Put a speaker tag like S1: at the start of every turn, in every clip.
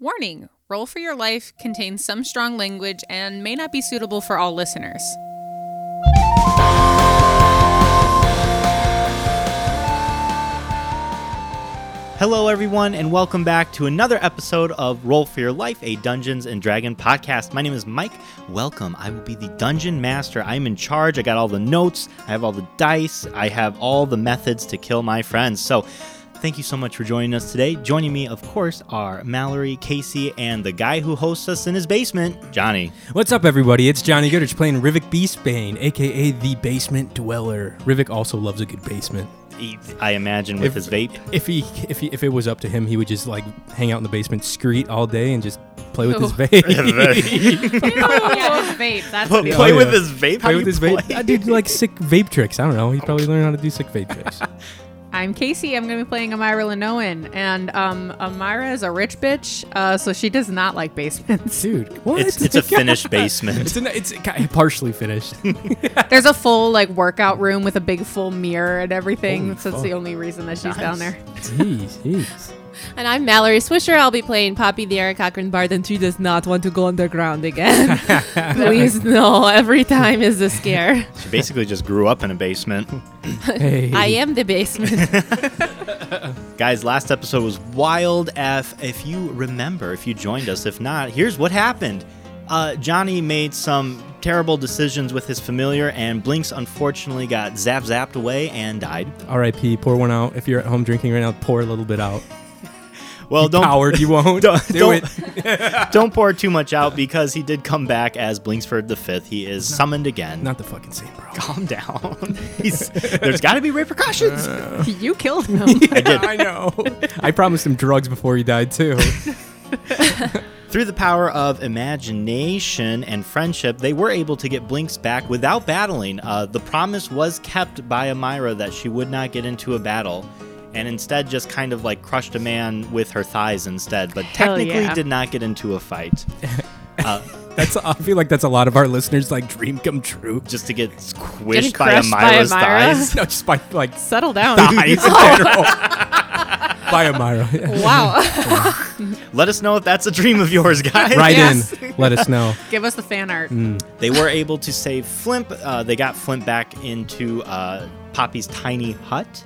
S1: Warning Roll for Your Life contains some strong language and may not be suitable for all listeners.
S2: Hello, everyone, and welcome back to another episode of Roll for Your Life, a Dungeons and Dragon podcast. My name is Mike. Welcome. I will be the dungeon master. I'm in charge. I got all the notes. I have all the dice. I have all the methods to kill my friends. So, thank you so much for joining us today. Joining me, of course, are Mallory, Casey, and the guy who hosts us in his basement, Johnny.
S3: What's up, everybody? It's Johnny Goodrich playing Rivik Beastbane, aka the Basement Dweller. Rivik also loves a good basement.
S2: He- I imagine with
S3: If-
S2: his vape.
S3: If he, if he, if it was up to him, he would just like hang out in the basement, screet all day, and just play with his
S1: Oh.
S3: vape.
S1: yeah, his vape. That's what he
S3: Yeah.
S2: Play with his vape? How
S3: play
S2: you
S3: with his vape. I do like sick vape tricks. I don't know. He probably learned how to do sick vape tricks.
S1: I'm Casey. I'm going to be playing Amira Lenoan. And um, Amira is a rich bitch, uh, so she does not like basements.
S3: Dude, what?
S2: It's, it's a finished basement.
S3: It's, an, it's ki- partially finished.
S1: There's a full like workout room with a big full mirror and everything.
S3: Holy
S1: so that's
S3: fuck.
S1: the only reason that she's down there.
S3: jeez, jeez.
S4: And I'm Mallory Swisher. I'll be playing Poppy the Eric Cochran Bard, and she does not want to go underground again. Please, no. Every time is a scare.
S2: She basically just grew up in a basement.
S3: Hey,
S4: I am the basement.
S2: Guys, last episode was wild F. If you remember, if you joined us, if not, here's what happened. Uh, Johnny made some terrible decisions with his familiar, and Blinks unfortunately got zap zapped away and died.
S3: R.I.P. Pour one out. If you're at home drinking right now, pour a little bit out.
S2: Well, don't
S3: Coward, you won't.
S2: Don't-
S3: do
S2: don't-
S3: it.
S2: don't pour too much out because he did come back as Blinksford the Fifth. He is summoned again.
S3: Not the fucking same, bro.
S2: Calm down. He's, there's got to be repercussions.
S1: you killed him.
S2: I did.
S3: I know. I promised him drugs before he died too.
S2: Through the power of imagination and friendship, they were able to get Blinks back without battling. Uh, the promise was kept by Amira that she would not get into a battle, and instead just kind of like crushed a man with her thighs instead, but
S1: Hell
S2: technically
S1: yeah.
S2: did not get into a fight. Uh,
S3: That's I feel like that's a lot of our listeners like dream come true.
S2: just to get squished
S1: Getting
S2: by
S1: crushed by
S2: Amira's
S1: Amira?
S2: thighs.
S3: No, just by like
S1: Settle down.
S3: thighs in general. by Amira.
S1: wow.
S2: Let us know if that's a dream of yours, guys.
S3: Right
S1: Yes.
S3: in. Let us know.
S1: Give us the fan art.
S4: Mm.
S2: They were able to save Flimp. Uh, they got Flimp back into uh, Poppy's tiny hut,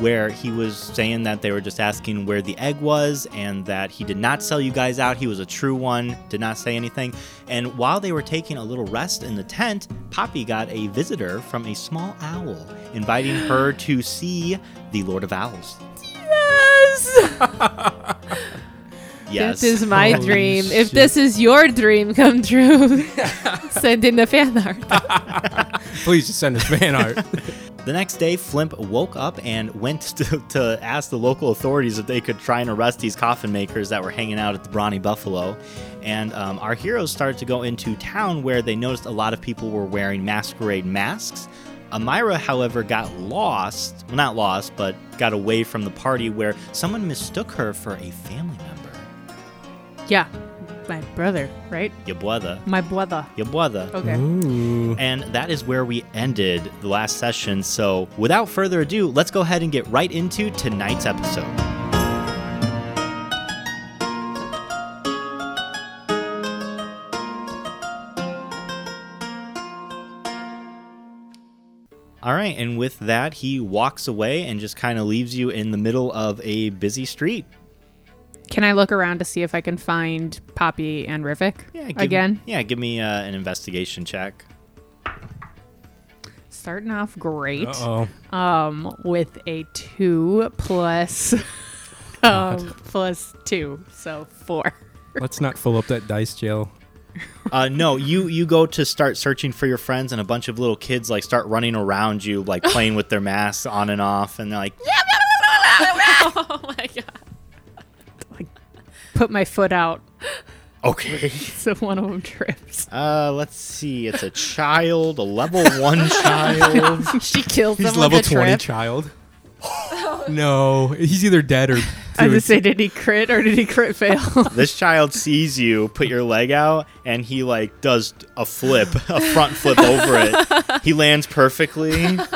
S2: where he was saying that they were just asking where the egg was and that he did not sell you guys out. He was a true one, did not say anything. And while they were taking a little rest in the tent, Poppy got a visitor from a small owl, inviting her to see the Lord of Owls. Yes.
S4: This is my
S3: Holy
S4: dream. If
S3: shit.
S4: this is your dream come true, send in the fan
S1: Ah.
S4: art.
S3: Please just send us fan art.
S2: The next day, Flimp woke up and went to, to ask the local authorities if they could try and arrest these coffin makers that were hanging out at the Brawny Buffalo. And um, our heroes started to go into town where they noticed a lot of people were wearing masquerade masks. Amira, however, got lost. Well, not lost, but got away from the party where someone mistook her for a family member.
S1: Yeah. My brother, right?
S2: Yabuada.
S1: My brother.
S2: Yabuada.
S1: Okay.
S3: Ooh.
S2: And that is where we ended the last session. So, without further ado, let's go ahead and get right into tonight's episode. All right, and with that, he walks away and just kind of leaves you in the middle of a busy street.
S1: Can I look around to see if I can find Poppy and Rivik
S2: give-
S1: again?
S2: Yeah, give me uh, an investigation check.
S1: Starting off great.
S3: Uh-oh.
S1: Um, with a two plus, um, plus two, so four.
S3: Let's not fill up that dice jail.
S2: Uh, no, you you go to start searching for your friends, and a bunch of little kids like start running around you, like playing with their masks on and off, and they're like,
S4: oh my god.
S1: Put my foot out,
S2: okay.
S1: so one of them trips.
S2: Uh, let's see, it's a child, a level one child.
S1: she kills
S3: He's
S1: them
S3: level
S1: with a
S3: 20
S1: trip.
S3: child. no. He's either dead or
S1: I just say, did he crit or did he crit fail?
S2: This child sees you put your leg out, and he like does a flip, a front flip over it. He lands perfectly, and he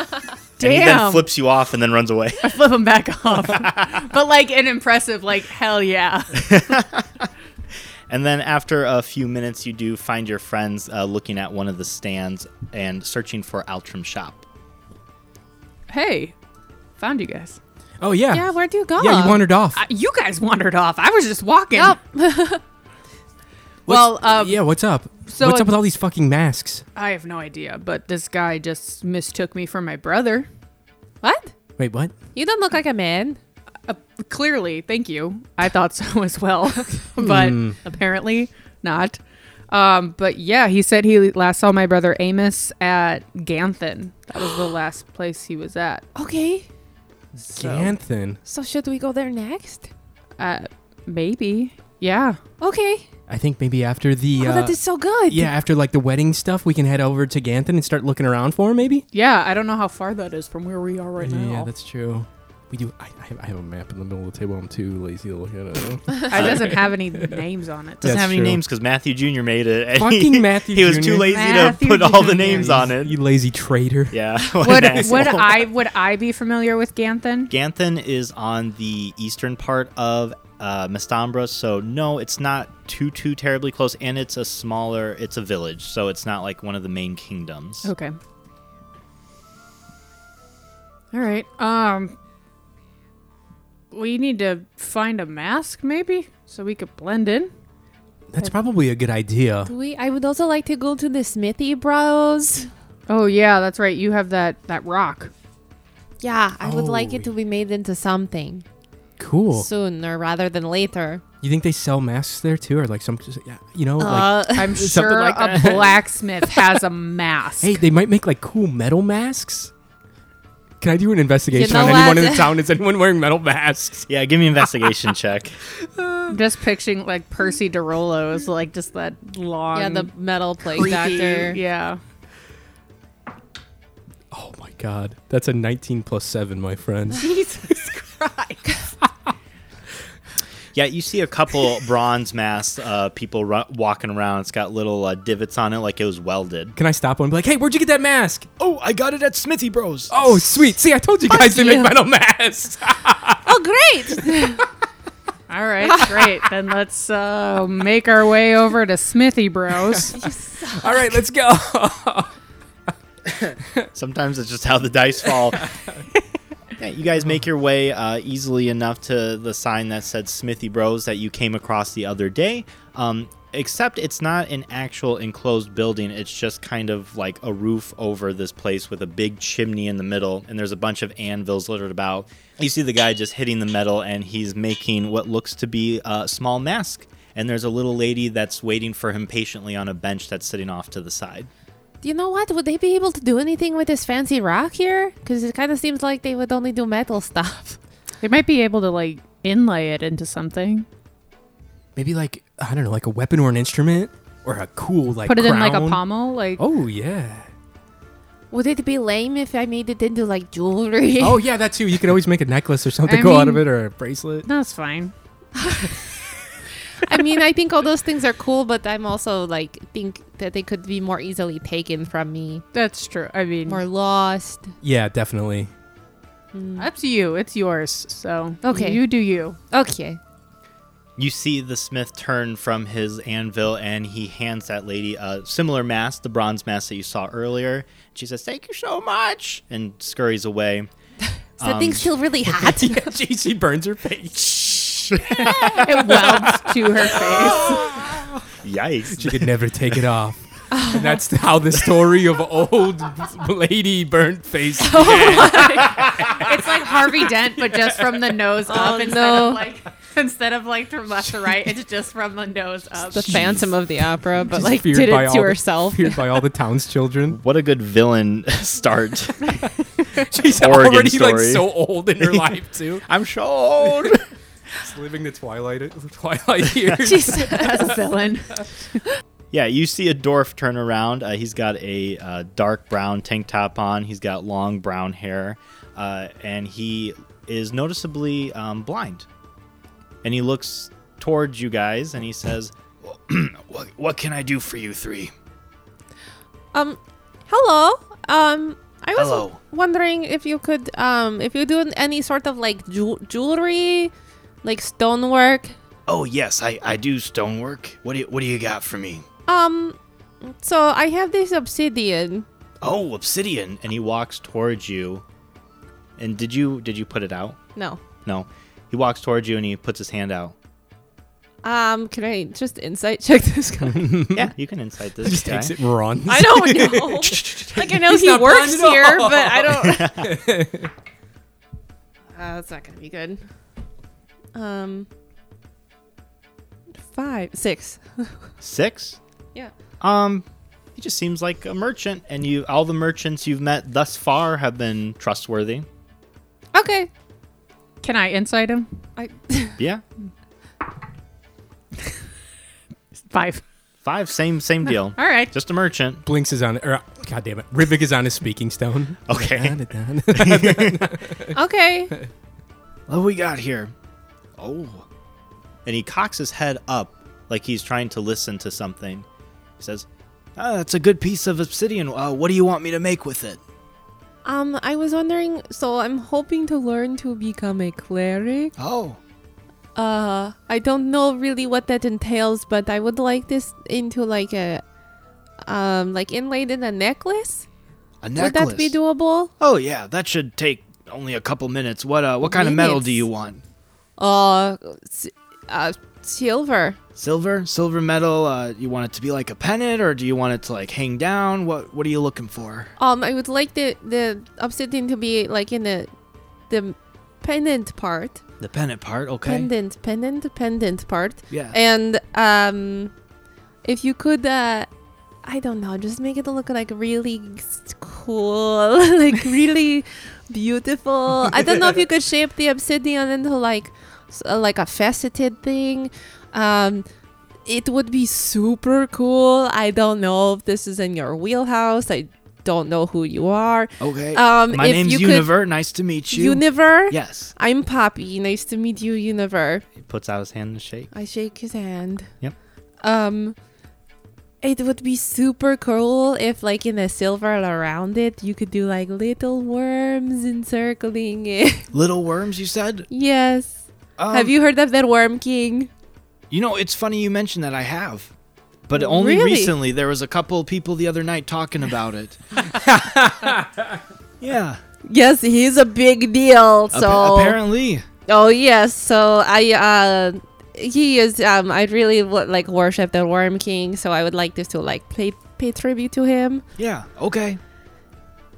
S2: then
S1: Damn.
S2: flips you off and then runs away.
S1: I flip him back off, but like an impressive, like hell yeah.
S2: And then after a few minutes, you do find your friends uh, looking at one of the stands and searching for Altram Shop.
S1: Hey, found you guys.
S3: Oh yeah.
S4: Yeah, where'd you go?
S3: Yeah, you wandered off.
S1: Uh, you guys wandered off. I was just walking.
S4: Yep. well,
S3: What's-
S4: um,
S3: yeah. What's up?
S1: so
S3: what's
S1: it-
S3: up with all these fucking masks?
S1: I have no idea, but this guy just mistook me for my brother.
S4: what?
S3: Wait, what?
S4: You don't look like a man.
S1: Uh, clearly, thank you. I thought so as well, but
S3: Hmm.
S1: apparently not. Um, but yeah, he said he last saw my brother Amos at Ganthan. That was the last place he was at.
S4: Okay.
S1: So,
S3: Ganthan.
S4: So should we go there next?
S1: uh, maybe. Yeah.
S4: Okay.
S3: I think maybe after the.
S4: Oh,
S3: uh,
S4: that is so good.
S3: yeah, after like the wedding stuff, we can head over to Ganthan and start looking around for him, maybe.
S1: Yeah. I don't know how far that is from where we are right
S3: Yeah,
S1: now.
S3: that's true. We do. I, I have- I have a map in the middle of the table. I'm too lazy to look at it.
S1: It doesn't have any names on it.
S3: Yeah.
S2: Doesn't
S3: That's
S2: have any
S3: true.
S2: names because Matthew Jr. made it. and
S3: Fucking
S2: he,
S3: Matthew
S2: He was
S3: Jr..
S2: too lazy
S1: Matthew
S2: to put all
S1: Jr..
S2: the names on it.
S3: You lazy traitor.
S2: Yeah. What
S1: Would,
S2: an
S1: would
S2: asshole.
S1: I would I be familiar with Ganthan?
S2: Ganthan is on the eastern part of uh, Mestambra, so no, it's not too too terribly close, and it's a smaller, it's a village, so it's not like one of the main kingdoms.
S1: Okay. All right. Um we need to find a mask maybe so we could blend in.
S3: That's probably a good idea.
S4: Do we? I would also like to go to the Smithy Bros.
S1: Oh yeah, that's right. You have that that rock.
S4: Yeah, I would like it
S3: Oh.
S4: to be made into something
S3: Cool.
S4: sooner rather than later.
S3: you think they sell masks there too, or like some? Yeah, you know, like
S4: uh,
S1: I'm
S3: Something
S1: sure
S3: like
S1: a blacksmith has a mask.
S3: hey, they might make like cool metal masks. Can I do an investigation
S4: know
S3: on
S4: what?
S3: anyone in the town? Is anyone wearing metal masks?
S2: Yeah, give me an investigation check.
S1: I'm just picturing like Percy DeRollo is like just that long
S4: yeah, the metal plague
S1: creepy-
S4: doctor.
S1: Yeah.
S3: Oh my god, that's a 19 plus seven, my friend.
S1: Jesus Christ.
S2: Yeah, you see a couple bronze masks, uh, people ru- walking around. It's got little uh, divots on it, like it was welded.
S3: Can I stop one? and Be like, hey, where'd you get that mask?
S2: Oh, I got it at Smithy Bros.
S3: Oh, sweet. See, I told you guys they make
S4: you.
S3: metal masks.
S4: Oh, great!
S1: All right, great. Then let's uh, make our way over to Smithy Bros.
S3: All right, let's go.
S2: Sometimes it's just how the dice fall. Yeah, you guys make your way uh, easily enough to the sign that said Smithy Bros that you came across the other day. Um, except it's not an actual enclosed building, it's just kind of like a roof over this place with a big chimney in the middle, and there's a bunch of anvils littered about. You see the guy just hitting the metal, and he's making what looks to be a small mask. And there's a little lady that's waiting for him patiently on a bench that's sitting off to the side.
S4: you know what? Would they be able to do anything with this fancy rock here? Because it kind of seems like they would only do metal stuff.
S1: They might be able to like inlay it into something.
S3: Maybe like I don't know, like a weapon or an instrument or a cool like
S1: Put it in like a
S3: crown.
S1: pommel, like
S3: Oh yeah.
S4: Would it be lame if I made it into like jewelry?
S3: Oh yeah, that too. You could always make a necklace or something
S1: I
S3: go out of
S1: mean-
S3: it or a bracelet.
S1: that's fine.
S4: I mean, I think all those things are cool, but I'm also like think that they could be more easily taken from me,
S1: That's true. I mean,
S4: more lost.
S3: Yeah, definitely.
S1: up to you. It's yours. So
S4: Okay.
S1: you do you.
S4: Okay.
S2: You see the smith turn from his anvil and he hands that lady a similar mask, the bronze mask that you saw earlier. She says, Thank you so much, and scurries away.
S4: So
S3: Um,
S4: things feel really hot.
S3: yeah, she, she burns her face.
S1: It welds to her face.
S3: She
S2: Yikes.
S3: could never take it off.
S1: Oh.
S3: And that's how the story of old lady burnt face.
S4: Oh
S1: It's like Harvey Dent, but just from the nose up instead
S4: no.
S1: of like instead of like from left to right. It's just from the nose up.
S4: The Phantom of the Opera, but
S3: She's
S4: like
S3: feared
S4: did
S3: by
S4: it
S3: all
S4: to
S3: the-
S4: herself.
S3: feared by all the townschildren.
S2: What a good villain start.
S3: She's
S2: Oregon
S3: already like
S2: story.
S3: so old in her life too.
S2: I'm so old.
S3: She's living the twilight twilight years.
S1: That's villain.
S2: yeah, you see a dwarf turn around. Uh, he's got a uh, dark brown tank top on, he's got long brown hair, uh, and he is noticeably um, blind. And he looks towards you guys and he says, what, what can I do for you three?
S4: Um, hello. Um, I was
S2: Hello.
S4: wondering if you could, um, if you do any sort of like jew- jewelry, like stonework,
S2: Oh yes, I, I do stonework. What do you, what do you got for me?
S4: Um, so I have this obsidian.
S2: Oh, obsidian. And he walks towards you. And did you did you put it out?
S4: No.
S2: No. He walks towards you and he puts his hand out.
S4: Um, can I just insight check this guy?
S2: yeah, you can insight this
S3: Just
S2: guy.
S3: takes it, runs.
S4: I don't know. like I know he
S3: not
S4: works
S3: blind at
S4: here,
S3: all.
S4: but I don't. uh, that's not gonna be good. Um, five, six.
S2: Six.
S4: Yeah.
S2: Um, he just seems like a merchant, and you all the merchants you've met thus far have been trustworthy.
S4: Okay.
S1: Can I insight him?
S4: I.
S2: Yeah,
S1: Five.
S2: five. Same same deal.
S1: All right.
S2: Just a merchant.
S3: Blinks is on, or God damn it, Rivik is on his speaking stone.
S2: Okay.
S4: okay.
S2: What do we got here? Oh. And he cocks his head up like he's trying to listen to something. He says, Ah, that's a good piece of obsidian. Uh, what do you want me to make with it?
S4: Um, I was wondering. So I'm hoping to learn to become a cleric.
S2: Oh.
S4: Uh, I don't know really what that entails, but I would like this into like a, um, like inlaid in a necklace.
S2: A
S4: Would that be doable?
S2: oh, yeah. That should take only a couple minutes. What uh, what kind of metal do
S4: Minutes.
S2: you want?
S4: Uh, s- uh, silver.
S2: Silver? Silver metal? Uh, you want it to be like a pennant or do you want it to like hang down? What What are you looking for?
S4: Um, I would like the the obsidian to be like in the the pendant part,
S2: The pennant part, okay.
S4: pendant, pendant, pendant part,
S2: Yeah.
S4: and um, if you could, uh, I don't know, just make it look like really s- cool, like really beautiful. I don't know if you could shape the obsidian into like s- uh, like a faceted thing. Um, it would be super cool. I don't know if this is in your wheelhouse. I don't know who you are.
S2: okay.
S4: Um,
S2: My
S4: if
S2: name's
S4: you could-
S2: Univer. nice to meet you.
S4: Univer.
S2: yes.
S4: I'm Poppy. Nice to meet you, Univer.
S2: He puts out his hand to shake.
S4: I shake his hand.
S2: Yep.
S4: Um, it would be super cool if, like, in the silver around it, you could do like little worms encircling it.
S2: Little worms, you said?
S4: yes.
S2: Um,
S4: Have you heard of that Worm King?
S2: You know, it's funny you mentioned that I have. But only
S4: Really?
S2: recently there was a couple of people the other night talking about it. yeah.
S4: Yes, he's a big deal.
S2: Appa-
S4: So
S2: apparently.
S4: Oh yes, so I uh he is um I really w- like worship the Worm King, so I would like this to like pay pay tribute to him.
S2: Yeah. Okay.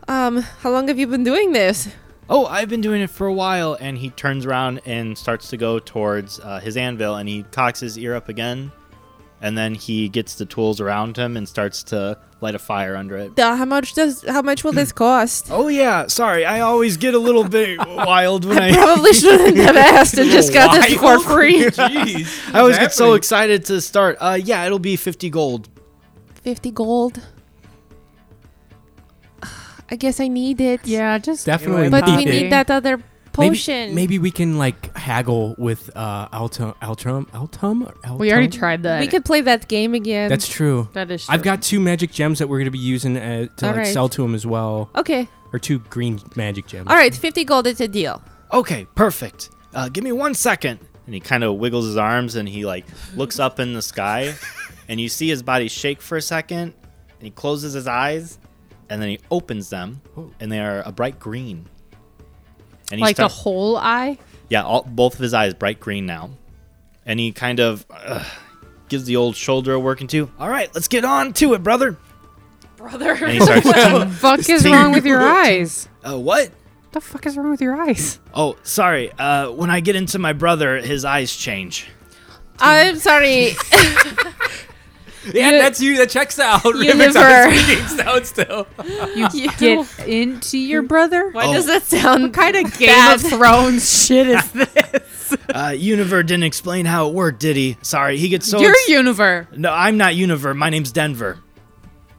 S4: Um how long have you been doing this?
S2: Oh, I've been doing it for a while and he turns around and starts to go towards uh, his anvil and he cocks his ear up again and then he gets the tools around him and starts to light a fire under it.
S4: The, how much does how much will this cost?
S2: Oh yeah, sorry. I always get a little bit wild when I
S4: Probably shouldn't have asked and just got this for free.
S3: Jeez.
S2: I always get so excited to start. Uh yeah, it'll be 50 gold.
S4: 50 gold. I guess I need it.
S1: Yeah, just
S3: Definitely
S4: But we
S3: Poppy.
S4: need that other
S3: Maybe,
S4: potion.
S3: maybe we can like haggle with uh Altum Altum Altum. Altum?
S1: We already tried that.
S4: we could play that game again.
S3: That's true.
S1: That is.
S3: I've
S1: true.
S3: got two magic gems that we're gonna be using uh, to
S4: All
S3: like
S4: right.
S3: sell to him as well,
S4: Okay.
S3: or two green magic gems.
S4: All right, 50 gold is a deal.
S2: Okay, perfect. Uh, give me one second. And he kind of wiggles his arms and he like looks up in the sky, and you see his body shake for a second, and he closes his eyes, and then he opens them, and they are a bright green. And he
S1: like the
S2: start-
S1: whole eye.
S2: yeah, all, both of his eyes bright green now, and he kind of uh, gives the old shoulder a working to. All right, let's get on to it, brother.
S4: Brother.
S2: And he starts.
S1: Fuck is wrong with your eyes?
S2: uh, what?
S1: The fuck is wrong with your eyes?
S2: Oh, sorry. Uh, when I get into my brother, his eyes change.
S4: I'm sorry.
S3: Yeah, that's you. That checks out.
S4: Ribbon's on his
S3: sound still.
S1: You get into your brother.
S4: Why
S2: Oh.
S4: does that sound kind of
S1: Game of Thrones shit is this?
S2: Uh, Univer didn't explain how it worked, did he? Sorry, he gets so.
S1: Your
S2: ex-
S1: universe.
S2: no, I'm not Univer. My name's Denver.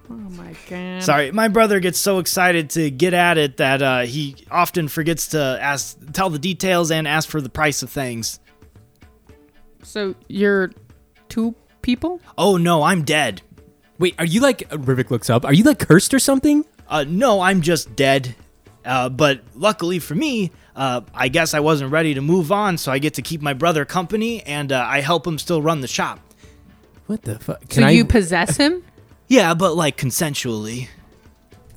S1: Oh my god.
S2: Sorry, my brother gets so excited to get at it that uh, he often forgets to ask, tell the details, and ask for the price of things.
S1: So you're two people?
S2: Oh no, I'm dead.
S3: Wait, are you like Rivik looks up? Are you like cursed or something?
S2: Uh, no, I'm just dead. Uh, but luckily for me, uh, I guess I wasn't ready to move on, so I get to keep my brother company, and uh, I help him still run the shop.
S3: What the fuck?
S1: So you possess him?
S2: Yeah, but like consensually.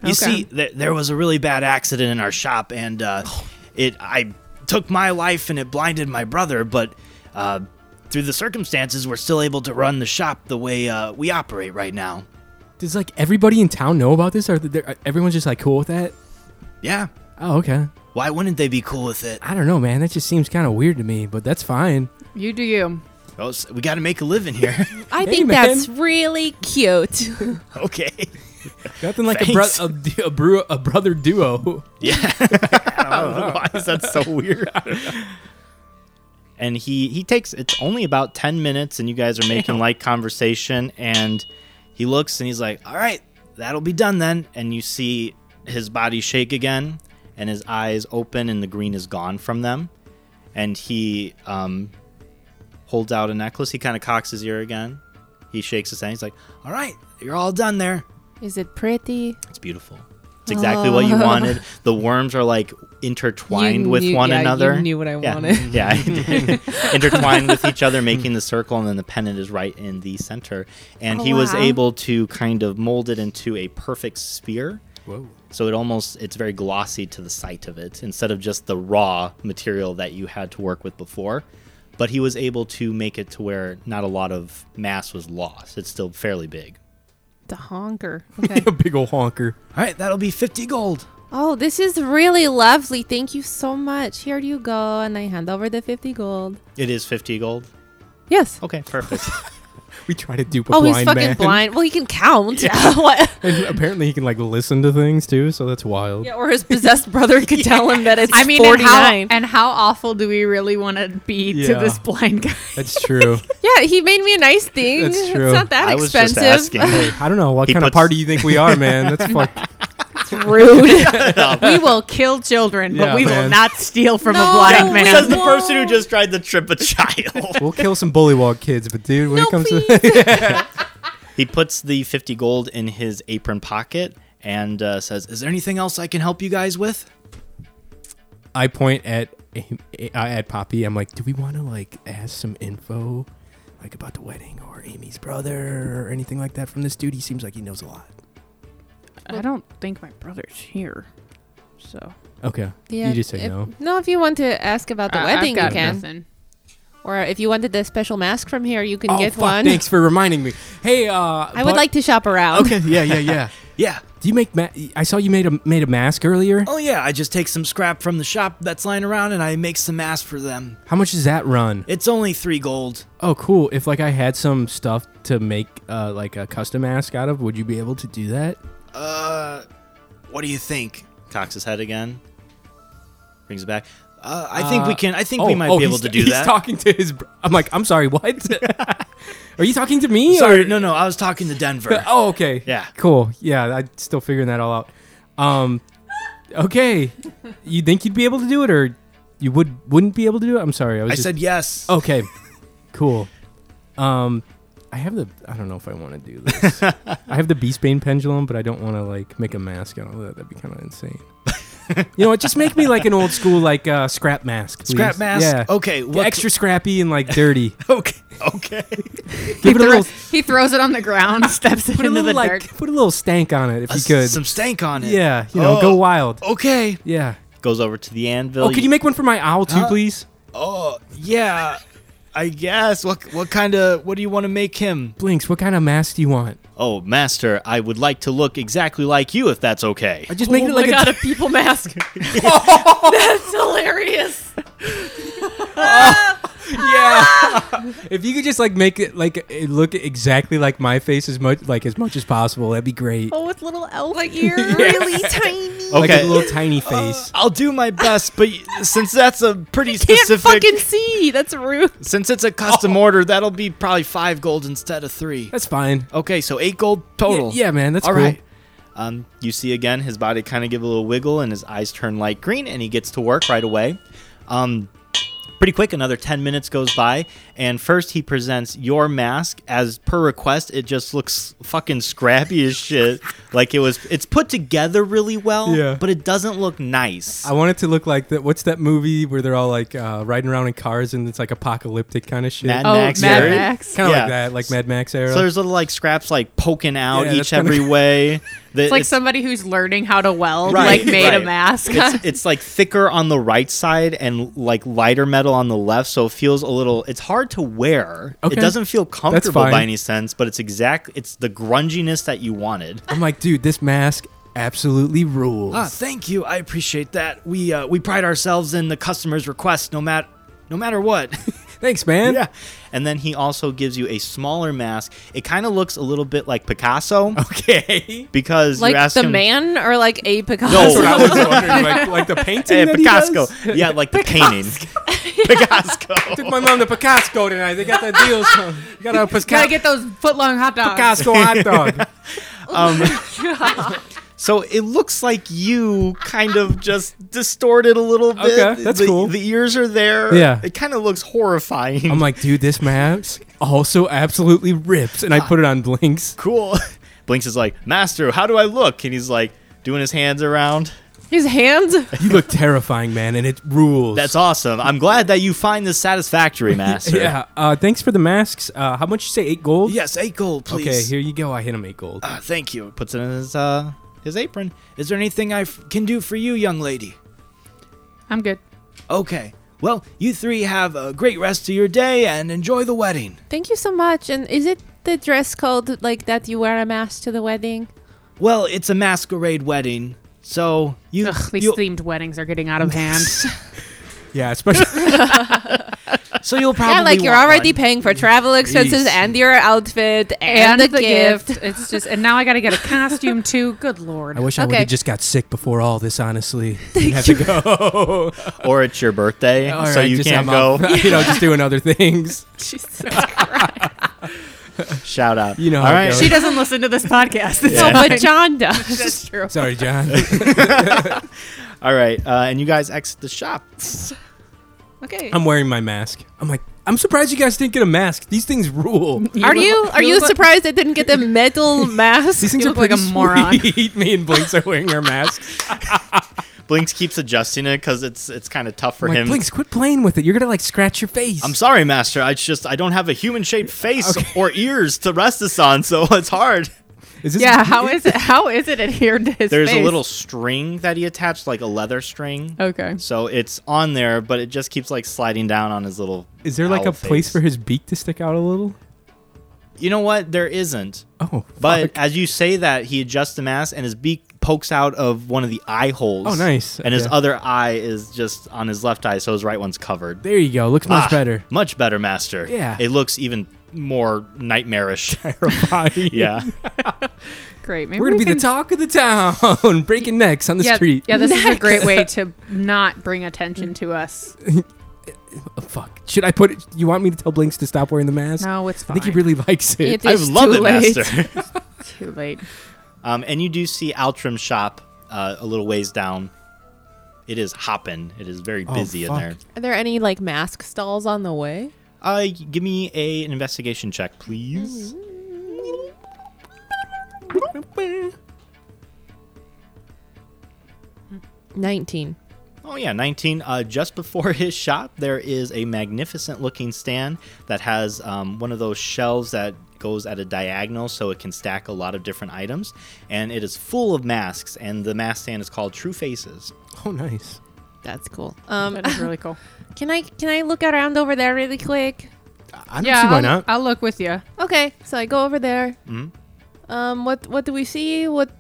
S2: You
S1: Okay.
S2: see, th- there was a really bad accident in our shop, and uh, it I took my life and it blinded my brother. But uh, through the circumstances, we're still able to run the shop the way uh, we operate right now.
S3: Does like everybody in town know about this? Or are everyone's just like cool with that?
S2: Yeah,
S3: Oh, okay.
S2: why wouldn't they be cool with it?
S3: I don't know, man. That just seems kind of weird to me, but that's fine.
S1: You do you.
S2: Oh, s- we got to make a living here.
S4: I
S3: Hey,
S4: think
S3: man.
S4: that's really cute.
S2: okay.
S3: Nothing like a, bro-
S2: Thanks.
S3: a, d- a, bru- a brother duo.
S2: Yeah. I don't know why is that so weird. and he he takes it's only about 10 minutes and you guys are making like conversation and he looks and he's like, "All right, that'll be done then." And you see his body shake again and his eyes open and the green is gone from them. And he um holds out a necklace. He kind of cocks his ear again. He shakes his head. He's like, "All right, you're all done there."
S4: Is it pretty?
S2: It's beautiful. It's exactly what you
S4: Oh.
S2: wanted. The worms are like intertwined
S1: You
S2: with
S1: knew-
S2: one
S1: yeah, you
S2: another.
S1: knew what I
S2: Yeah.
S1: wanted.
S2: Yeah, I did. intertwined with each other, making the circle, and then the pennant is right in the center. And
S4: Oh,
S2: he was
S4: wow.
S2: able to kind of mold it into a perfect sphere.
S3: Whoa.
S2: So it almost it's very glossy to the sight of it instead of just the raw material that you had to work with before. But he was able to make it to where not a lot of mass was lost. It's still fairly big.
S4: The honker. Okay.
S3: a big old honker.
S2: All right, that'll be 50 gold.
S4: oh, this is really lovely. Thank you so much. Here you go. And I hand over the 50 gold.
S2: It is 50 gold.
S4: Yes.
S2: Okay, perfect.
S3: We try to dupe a
S4: Oh,
S3: blind
S4: he's fucking
S3: man.
S4: blind. Well, he can count. what?
S3: And apparently he can like listen to things too, so that's wild.
S4: Yeah, or his possessed brother could tell him that it's
S1: I mean, and how,
S4: 49.
S1: and how awful do we really want to be to
S3: Yeah.
S1: this blind guy?
S3: That's true.
S4: yeah, he made me a nice thing.
S3: That's true.
S4: It's not that
S2: I was just
S4: expensive.
S2: asking.
S3: I don't know what
S2: He
S3: kind of
S2: puts-
S3: party you think we are, man. That's fuck.
S1: Rude. we will kill children, but
S3: Yeah,
S1: we will
S3: man.
S1: not steal from a
S4: No,
S1: blind
S4: we
S1: man.
S2: Says the
S4: Whoa.
S2: person who just tried to trip a child.
S3: We'll kill some bullywog kids, but dude, when
S4: No,
S3: it comes
S4: please.
S3: to
S2: he puts the 50 gold in his apron pocket and uh, says, Is there anything else I can help you guys with?
S3: I point at I at Poppy. I'm like, do we want to like ask some info, like about the wedding or Amy's brother or anything like that from this dude? He seems like he knows a lot.
S1: I don't think my brother's here. So
S3: Okay.
S4: Yeah,
S3: you just say
S4: if-
S3: no.
S4: No, if you want to ask about the wedding, you can. Or if you wanted the special mask from here, you can
S3: Oh,
S4: get
S3: fuck,
S4: one.
S3: Thanks for reminding me. Hey, uh,
S4: I would like to shop around.
S3: Okay. Yeah. Yeah. Yeah.
S2: Yeah.
S3: Do you make? Ma- I saw you made a made a mask earlier.
S2: Oh, yeah. I just take some scrap from the shop that's lying around and I make some masks for them.
S3: How much does that run?
S2: It's only three gold.
S3: Oh, cool. If like I had some stuff to make uh, like a custom mask out of, would you be able to do that?
S2: Uh, what do you think? Cocks his head again. Brings it back. Oh, Uh, I think we
S3: Uh,
S2: can. I think we might be able
S3: he's-
S2: to do
S3: he's
S2: that.
S3: talking to his. Br- I'm like, I'm sorry. What? Are you talking to me?
S2: Sorry,
S3: or-
S2: no, no. I was talking to Denver.
S3: Oh, okay.
S2: Yeah.
S3: Cool. Yeah, I'm still figuring that all out. Um, okay. You think you'd be able to do it, or you would wouldn't be able to do it? I'm sorry. I was.
S2: I
S3: just-
S2: said yes.
S3: Okay. cool. Um, I have the. I don't know if I want to do this. I have the Beastbane pendulum, but I don't want to like make a mask out of that. That'd be kind of insane. you know what? Just make me like an old school like uh, scrap mask. please.
S2: Scrap mask.
S3: Yeah.
S2: Okay.
S3: Get
S2: What
S3: extra scrappy and like dirty.
S2: Okay. Okay.
S3: Give it a little.
S1: he throws it on the ground, steps it
S3: Put a
S1: into
S3: little
S1: the
S3: like.
S1: dirt.
S3: Put a little stank on it if you
S2: S-
S3: could.
S2: Some stank on it.
S3: yeah. You know, go
S2: Oh.
S3: wild.
S2: Okay.
S3: Yeah.
S2: Goes over to the anvil.
S3: Oh, could you make one for my owl too, please?
S2: Oh, yeah. I guess. What what kind of what do you want to make him?
S3: Blinks, what kind of mask do you want?
S2: Oh, master, I would like to look exactly like you if that's okay.
S3: I just make
S4: Oh
S3: it like a.
S1: people mask.
S4: That's hilarious.
S3: Yeah. if you could just like make it like it look exactly like my face as much like as much as possible, that'd be great.
S4: Oh, with little elf like ears, really tiny.
S2: Okay. Uh,
S3: Like a little tiny face.
S2: I'll do my best, but y- since that's a pretty
S4: Can't
S2: specific
S4: fucking see. That's rude.
S2: since it's a custom
S3: Oh.
S2: order, that'll be probably 5 gold instead of 3.
S3: That's fine.
S2: Okay, so 8 gold total.
S3: Yeah, yeah, man, that's
S2: All
S3: cool.
S2: right. Um, you see again his body kind of give a little wiggle and his eyes turn light green and he gets to work right away. Um, Pretty quick, another 10 minutes goes by, and first he presents your mask as per request. It just looks fucking scrappy as shit. Like it was, it's put together really well,
S3: Yeah.
S2: but it doesn't look nice.
S3: I want it to look like that. What's that movie where they're all like uh, riding around in cars and it's like apocalyptic kind of shit?
S2: Mad
S1: Oh,
S2: Max
S1: Mad
S2: era.
S1: Max.
S3: Kind of
S2: Yeah.
S3: like that, like Mad Max era.
S2: So there's little like scraps like poking out
S3: Yeah,
S2: each
S3: that's kinda-
S2: every way. The-
S1: It's like somebody who's learning how to weld,
S2: Right,
S1: like made
S2: right.
S1: a mask.
S2: it's, it's like thicker on the right side and like lighter metal on the left, so it feels a little. It's hard to wear. It
S3: Okay.
S2: doesn't feel comfortable
S3: fine.
S2: by any sense, but it's exact. It's the grunginess that you wanted.
S3: I'm like, dude, this mask absolutely rules.
S2: Ah, thank you. I appreciate that. We uh, we pride ourselves in the customer's request, no matter no matter what.
S3: Thanks, man.
S2: yeah. And then he also gives you a smaller mask. It kind of looks a little bit like Picasso
S3: Okay.
S2: because you
S4: Like
S2: ask
S4: the
S2: him,
S4: man or like a
S2: No,
S4: Picasso?
S3: That's what I was wondering, like, like the painting
S2: Oh. Hey,
S3: that
S2: Picasso.
S3: He does?
S2: Yeah, like the painting. Picasso.
S3: Took my mom to Picasso tonight. They got that deal. So you got a Picasso,
S1: Gotta get those foot long hot dogs.
S3: Picasso hot dog.
S2: So it looks like you kind of just distorted a little bit.
S3: Okay, that's
S2: the,
S3: cool.
S2: The ears are there.
S3: Yeah.
S2: It kind of looks horrifying.
S3: I'm like, dude, this mask also absolutely rips, and I put it on Blinks.
S2: cool. Blinks is like, Master, how do I look? And he's like, doing his hands around.
S4: His hands.
S3: You look terrifying, man, and it rules.
S2: That's awesome. I'm glad that you find this satisfactory, Master.
S3: Yeah. Uh, thanks for the masks. Uh, how much you say? Eight gold.
S2: Yes, eight gold, please.
S3: Okay, here you go. I hit him eight gold.
S2: Uh, thank you. Puts it in his uh his apron. Is there anything I f- can do for you, young lady?
S1: I'm good.
S2: Okay. Well, you three have a great rest of your day and enjoy the wedding.
S4: Thank you so much. And is it the dress code like that you wear a mask to the wedding?
S2: Well, it's a masquerade wedding, so you.
S1: Ugh, these
S2: you-
S1: themed weddings are getting out of hand.
S3: Yeah, especially.
S2: so you'll probably.
S4: Yeah, like you're
S2: want
S4: already
S2: one.
S4: paying for travel expenses
S2: Jeez.
S4: and your outfit and, the, gift.
S1: It's just, and now I gotta get a costume too. Good lord.
S3: I wish I would
S4: Okay.
S3: have just got sick before all this. Honestly, Didn't have to go.
S2: Or it's your birthday,
S3: All
S2: so
S3: right,
S2: you
S3: just
S2: can't
S3: I'm off.
S2: go.
S3: you know, just doing other things.
S1: Jesus.
S2: Shout out.
S3: You know
S2: All
S3: how it
S2: right.
S3: goes.
S1: she doesn't listen to this podcast. It's
S2: Yeah.
S1: all
S4: But
S1: fine.
S4: John does.
S1: That's true.
S3: Sorry, John.
S2: All right. Uh, and you guys exit the shop.
S1: Okay.
S3: I'm wearing my mask. I'm like, I'm surprised you guys didn't get a mask. These things rule.
S4: Are you are you
S1: look like-
S4: surprised I didn't get the metal mask?
S3: These things
S1: You
S3: are
S1: look like
S3: pretty
S1: a moron.
S3: sweet. Me and Blinks are wearing our masks.
S2: Blinks keeps adjusting it because it's it's kind of tough for
S3: I'm like,
S2: him.
S3: Blinks, quit playing with it. You're gonna like scratch your face.
S2: I'm sorry, Master. I just I don't have a human shaped face or ears to rest this on, so it's hard.
S3: Is this
S1: Yeah. How is it? How is it adhered to his?
S2: There's a
S1: face?
S2: little string that he attached, like a leather string.
S3: Oh.
S1: Okay.
S2: So it's on there, but it just keeps like sliding down on his little.
S3: Is there like
S2: owl
S3: a place
S2: face.
S3: for his beak to stick out a little?
S2: You know what? There isn't.
S3: Oh,
S2: But
S3: fuck.
S2: as you say that, he adjusts the mask, and his beak pokes out of one of the eye holes.
S3: Oh, nice.
S2: And his
S3: Okay.
S2: other eye is just on his left eye, so his right one's covered.
S3: there you go. Looks much
S2: Ah,
S3: better.
S2: Much better, Master.
S3: Yeah.
S2: It looks even more nightmarish.
S3: yeah,
S2: yeah.
S1: Great. Maybe
S3: we're gonna
S1: we
S3: be the
S1: can-
S3: talk of the town, breaking necks on the
S1: Yeah,
S3: street.
S1: yeah, this is a great way to not bring attention to us.
S3: Oh, fuck. Should I put it? You want me to tell Blinks to stop wearing the mask?
S1: No, it's
S3: I
S1: fine.
S3: think he really likes it.
S4: It
S2: I
S4: is
S2: love
S4: too
S2: it,
S4: late.
S2: Master.
S1: Too late.
S2: um, and you do see Altram's shop uh, a little ways down. It is hopping. It is very
S3: Oh,
S2: busy in
S3: fuck.
S2: there.
S4: Are there any like mask stalls on the way?
S2: Uh, give me a, an investigation check, please.
S4: Nineteen.
S2: Oh yeah, 19. Uh, just before his shop, there is a magnificent-looking stand that has um, one of those shelves that goes at a diagonal, so it can stack a lot of different items, and it is full of masks. And the mask stand is called True Faces.
S3: Oh, nice.
S4: That's cool. Um,
S1: That is really cool.
S4: can I can I look around over there really quick?
S3: I don't
S1: Yeah,
S3: see why
S1: I'll,
S3: not.
S1: I'll look with you.
S4: Okay, so I go over there.
S2: Mhm.
S4: Um, what what do we see? What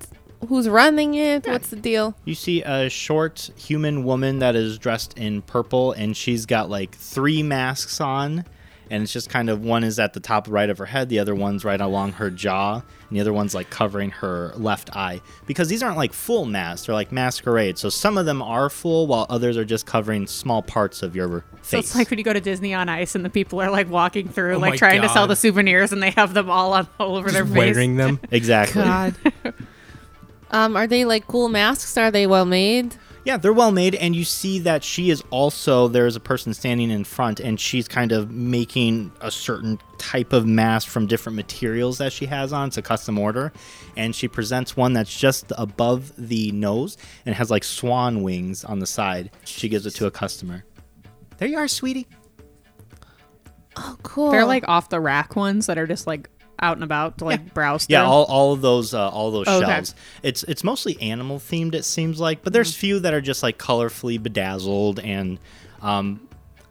S4: who's running it? What's the deal?
S2: You see a short human woman that is dressed in purple, and she's got like three masks on. And it's just kind of one is at the top right of her head, the other one's right along her jaw, and the other one's like covering her left eye. Because these aren't like full masks, they're like masquerade. So some of them are full, while others are just covering small parts of your face.
S1: So it's like when you go to Disney on Ice and the people are like walking through,
S3: Oh my
S1: like trying to sell
S3: God.
S1: the souvenirs, and they have them all on all over their
S3: Just
S1: face.
S3: wearing them.
S2: exactly.
S4: Um, are they like cool masks? Are they well made?
S2: Yeah, they're well made, and you see that she is also there is a person standing in front, and she's kind of making a certain type of mask from different materials that she has on. It's a custom order, and she presents one that's just above the nose and has like swan wings on the side. She gives it to a customer. There you are, sweetie.
S4: Oh, cool.
S1: They're like off the rack ones that are just like out and about to like browse.
S2: Yeah,
S1: through.
S2: all, all of those uh, all those
S1: Okay.
S2: shelves. It's it's mostly animal themed. It seems like, but
S1: Mm-hmm.
S2: there's few that are just like colorfully bedazzled and. Um,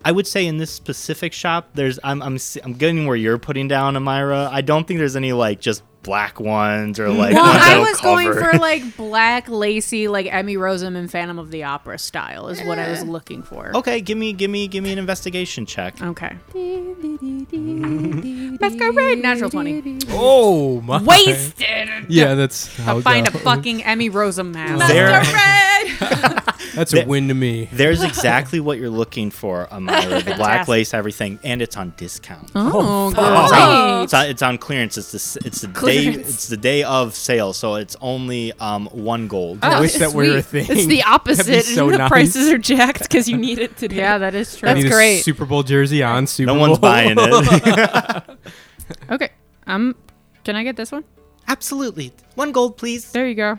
S2: I would say in this specific shop, there's I'm I'm s- I'm getting where you're putting down, Amira. I don't think there's any like just black ones or like.
S1: Well,
S2: ones
S1: I
S2: that'll
S1: was going
S2: cover.
S1: for like black, lacy, like Emmy Rossum and Phantom of the Opera style is what I was looking for. Oh.
S2: Okay, give me give me give me an investigation check.
S1: Okay.
S4: Masquerade
S1: natural 20.
S3: Oh my!
S1: Wasted.
S3: Yeah, that's how
S1: To find a
S3: dumb.
S1: fucking Emmy Rossum mask.
S2: There-
S4: Masquerade.
S3: That's a win to me.
S2: There's exactly what you're looking for, Amira. The black
S1: Fantastic.
S2: lace, everything, and it's on discount.
S1: Oh,
S2: It's on,
S4: Great.
S2: it's, on, it's on clearance. It's the s- it's the day
S1: Clearance.
S2: it's the day of sale, so it's only um one gold.
S4: Oh.
S3: I wish that were a thing.
S4: It's the
S3: That'd
S4: opposite.
S3: be so
S4: and the
S3: nice.
S4: prices are jacked because you need it today.
S1: Yeah, that is true.
S3: I need a
S4: great.
S3: Super Bowl jersey on Super
S2: No
S3: Bowl.
S2: one's buying it.
S1: Okay. Um, can I get this one?
S2: Absolutely, one gold, please.
S1: There you go.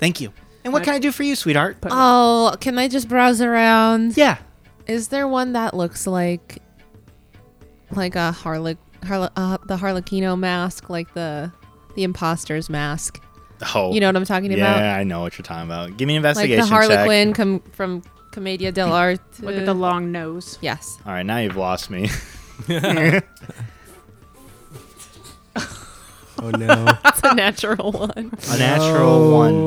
S2: Thank you. And what
S1: Right.
S2: can I do for you, sweetheart?
S4: Oh, can I just browse around?
S2: Yeah.
S4: Is there one that looks like like a harlot harlo- uh, the harlequino mask, like the the imposter's mask?
S2: Oh,
S4: You know what I'm talking
S2: Yeah,
S4: about?
S2: I know what you're talking about. Give me an
S4: Like the
S2: investigation check.
S4: harlequin com- from Commedia dell'arte.
S1: Look at the long nose.
S4: yes.
S2: All right, now you've lost me.
S3: Oh no!
S4: That's a natural one.
S2: A natural one.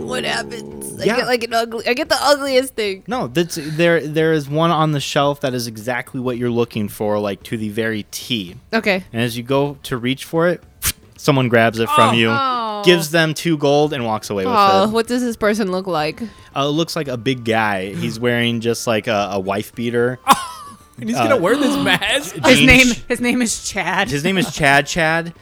S3: one.
S4: What happens? I
S2: Yeah.
S4: get like an ugly I get the ugliest thing.
S2: No, that's there. There is one on the shelf that is exactly what you're looking for, like to the very T.
S4: Okay.
S2: And as you go to reach for it, someone grabs it from you,
S1: Oh.
S2: gives them two gold, and walks away with
S4: Oh,
S2: it.
S4: what does this person look like?
S2: Uh, it looks like a big guy. He's wearing just like a, a wife beater.
S3: And he's
S2: Uh,
S3: gonna wear this mask.
S1: His
S2: Jeans.
S1: name. His name is Chad.
S2: His name is Chad Chad.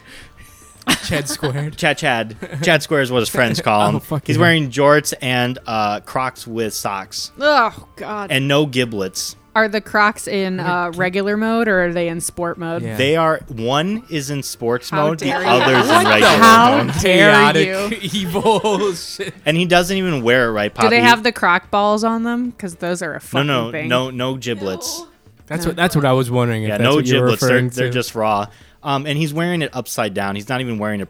S3: Chad squared.
S2: Chad Chad. Chad Square is what his friends call him.
S3: Oh, fuck
S2: He's
S3: yeah.
S2: wearing jorts and uh, Crocs with socks
S1: Oh God.
S2: and no giblets.
S1: Are the Crocs in uh, regular mode or are they in sport mode?
S3: Yeah.
S2: They are one is in sports
S1: How
S2: mode, the
S1: dare you.
S2: other's in
S1: What the
S2: regular
S1: hell?
S2: mode.
S1: dare
S3: Chaotic, evil shit.
S2: And he doesn't even wear it right. Poppy.
S1: Do they have the croc balls on them? Because those are a
S2: no
S1: fucking
S2: no
S1: thing.
S2: no no giblets.
S3: That's what. That's what I was wondering. If
S2: Yeah,
S3: that's
S2: no
S3: what you were
S2: giblets. They're,
S3: referring
S2: they're
S3: to.
S2: just raw. Um, and he's wearing it upside down. He's not even wearing it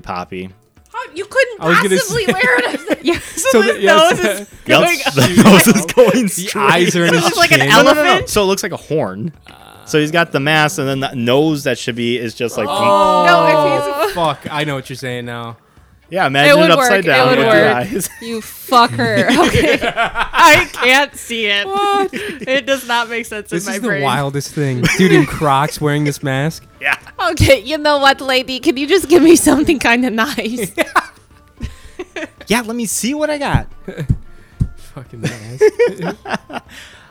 S2: Poppy.
S4: You couldn't
S3: I was gonna
S4: possibly
S3: say-
S4: wear it.
S1: Yeah.
S3: So the, yes,
S2: Yep, the nose is going
S3: the
S2: straight.
S3: eyes are in his
S1: like an
S3: chin.
S2: No, no, no, no.
S1: Elephant?
S2: So it looks like a horn. So he's got the mask, and then the nose that should be is just like
S1: Oh. No,
S3: Oh, fuck! I know what you're saying now.
S2: yeah. Imagine it,
S1: would
S2: upside
S1: work, it
S2: down
S1: would
S2: with
S1: work.
S2: the eyes.
S4: you fucker. Okay.
S1: I can't see it. it does not make sense
S3: This
S1: in my
S3: is the
S1: brain.
S3: wildest thing. Dude in Crocs wearing this mask.
S2: yeah.
S4: Okay, you know what, lady? Can you just give me something kind of nice?
S2: Yeah. Let me see what I got.
S3: Fucking mask.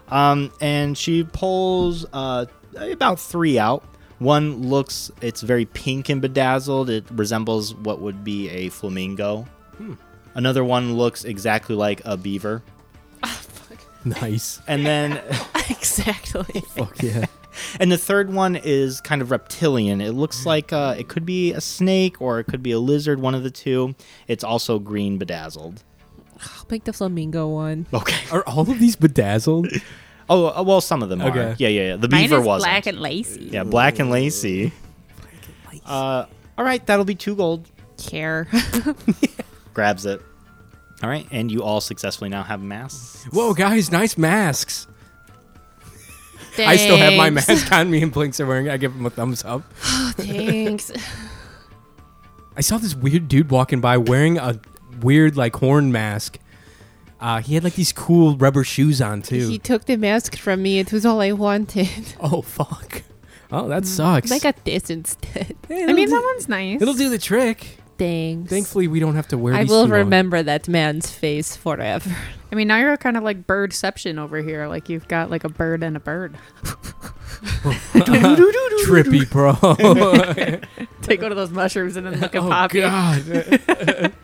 S2: Um, and she pulls uh about three out. One looks it's very pink and bedazzled. It resembles what would be a flamingo. Another one looks exactly like a beaver.
S3: nice.
S2: And then
S4: exactly.
S3: Fuck yeah.
S2: And the third one is kind of reptilian. It looks like uh, it could be a snake or it could be a lizard, one of the two. It's also green bedazzled.
S4: I'll pick the flamingo one.
S2: Okay.
S3: Are all of these bedazzled?
S2: Oh, uh, well, some of them are.
S3: Okay.
S2: Yeah, yeah, yeah. The
S1: Mine
S2: beaver
S1: is
S2: wasn't.
S1: black and lacy.
S2: yeah, black and lacy. Uh, all right, that'll be two gold.
S4: Care.
S2: Grabs it. All right, and you all successfully now have masks.
S3: Whoa, guys! Nice masks. I still have my
S4: Thanks.
S3: mask on. Me and Blinks are wearing. it. I give him a thumbs up.
S4: Thanks.
S3: I saw this weird dude walking by wearing a weird like horn mask. Uh, he had like these cool rubber shoes on too.
S4: He took the mask from me. It was all I wanted.
S3: oh fuck! Oh, that sucks.
S4: I got this instead.
S1: Mm. I mean, that one's nice.
S3: it'll do the trick.
S4: Thanks.
S3: Thankfully, we don't have to wear.
S4: I
S3: these
S4: will
S3: too long.
S4: remember that man's face forever.
S1: I mean, now you're kind of like birdception over here. Like you've got like a bird and a bird.
S3: Trippy, bro. oh Oh,
S1: Take one of those mushrooms and then look at Poppy.
S3: god.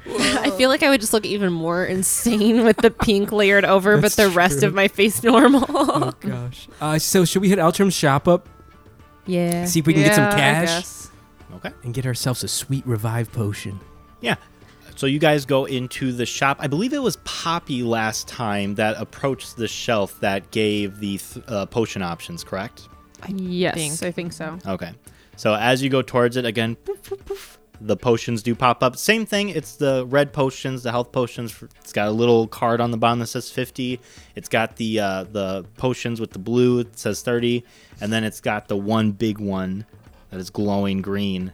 S4: I feel like I would just look even more insane with the pink layered over, but
S3: That's
S4: the rest
S3: true.
S4: of my face normal.
S3: Oh gosh. Uh, so should we hit Altram's shop up,
S4: yeah.
S3: see if we can get some
S1: Yeah, I
S3: cash,
S1: guess.
S2: Okay.
S3: and get ourselves a sweet revive potion?
S2: Yeah. So you guys go into the shop. I believe it was Poppy last time that approached the shelf that gave the th- uh, potion options, correct?
S1: Yes,
S4: think.
S1: I think so.
S2: Okay. So as you go towards it again, poof, poof, poof, the potions do pop up. Same thing. It's the red potions, the health potions. for- It's got a little card on the bottom that says 50. It's got the uh, the potions with the blue. It says 30, and then it's got the one big one that is glowing green.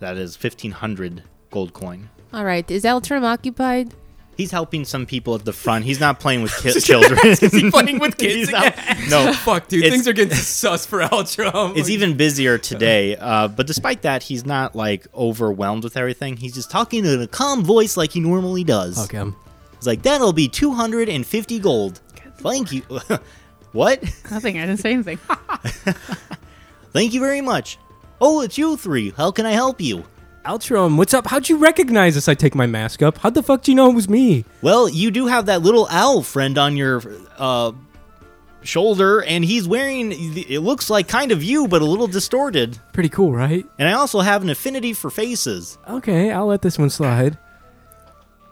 S2: That is 1500 gold coin.
S4: All right. Is Eltram occupied?
S2: He's helping some people at the front. He's not playing with ki- children. is he
S3: playing with kids
S2: no,
S3: Fuck, dude,
S2: It's-
S3: things are getting sus for Altram.
S2: it's even busier today. Uh, but despite that, he's not like overwhelmed with everything. He's just talking in a calm voice like he normally does.
S3: okay. I'm-
S2: He's like, "That'll be two hundred and fifty gold. Thank you. what?
S1: Nothing. I didn't say anything.
S2: Thank you very much. Oh, it's you three. How can I help you?
S3: Altram, what's up? How'd you recognize us? I take my mask up. How the fuck do you know it was me?
S2: Well, you do have that little owl friend on your uh, shoulder, and he's wearing. It looks like kind of you, but a little distorted.
S3: Pretty cool, right?
S2: And I also have an affinity for faces.
S3: Okay, I'll let this one slide.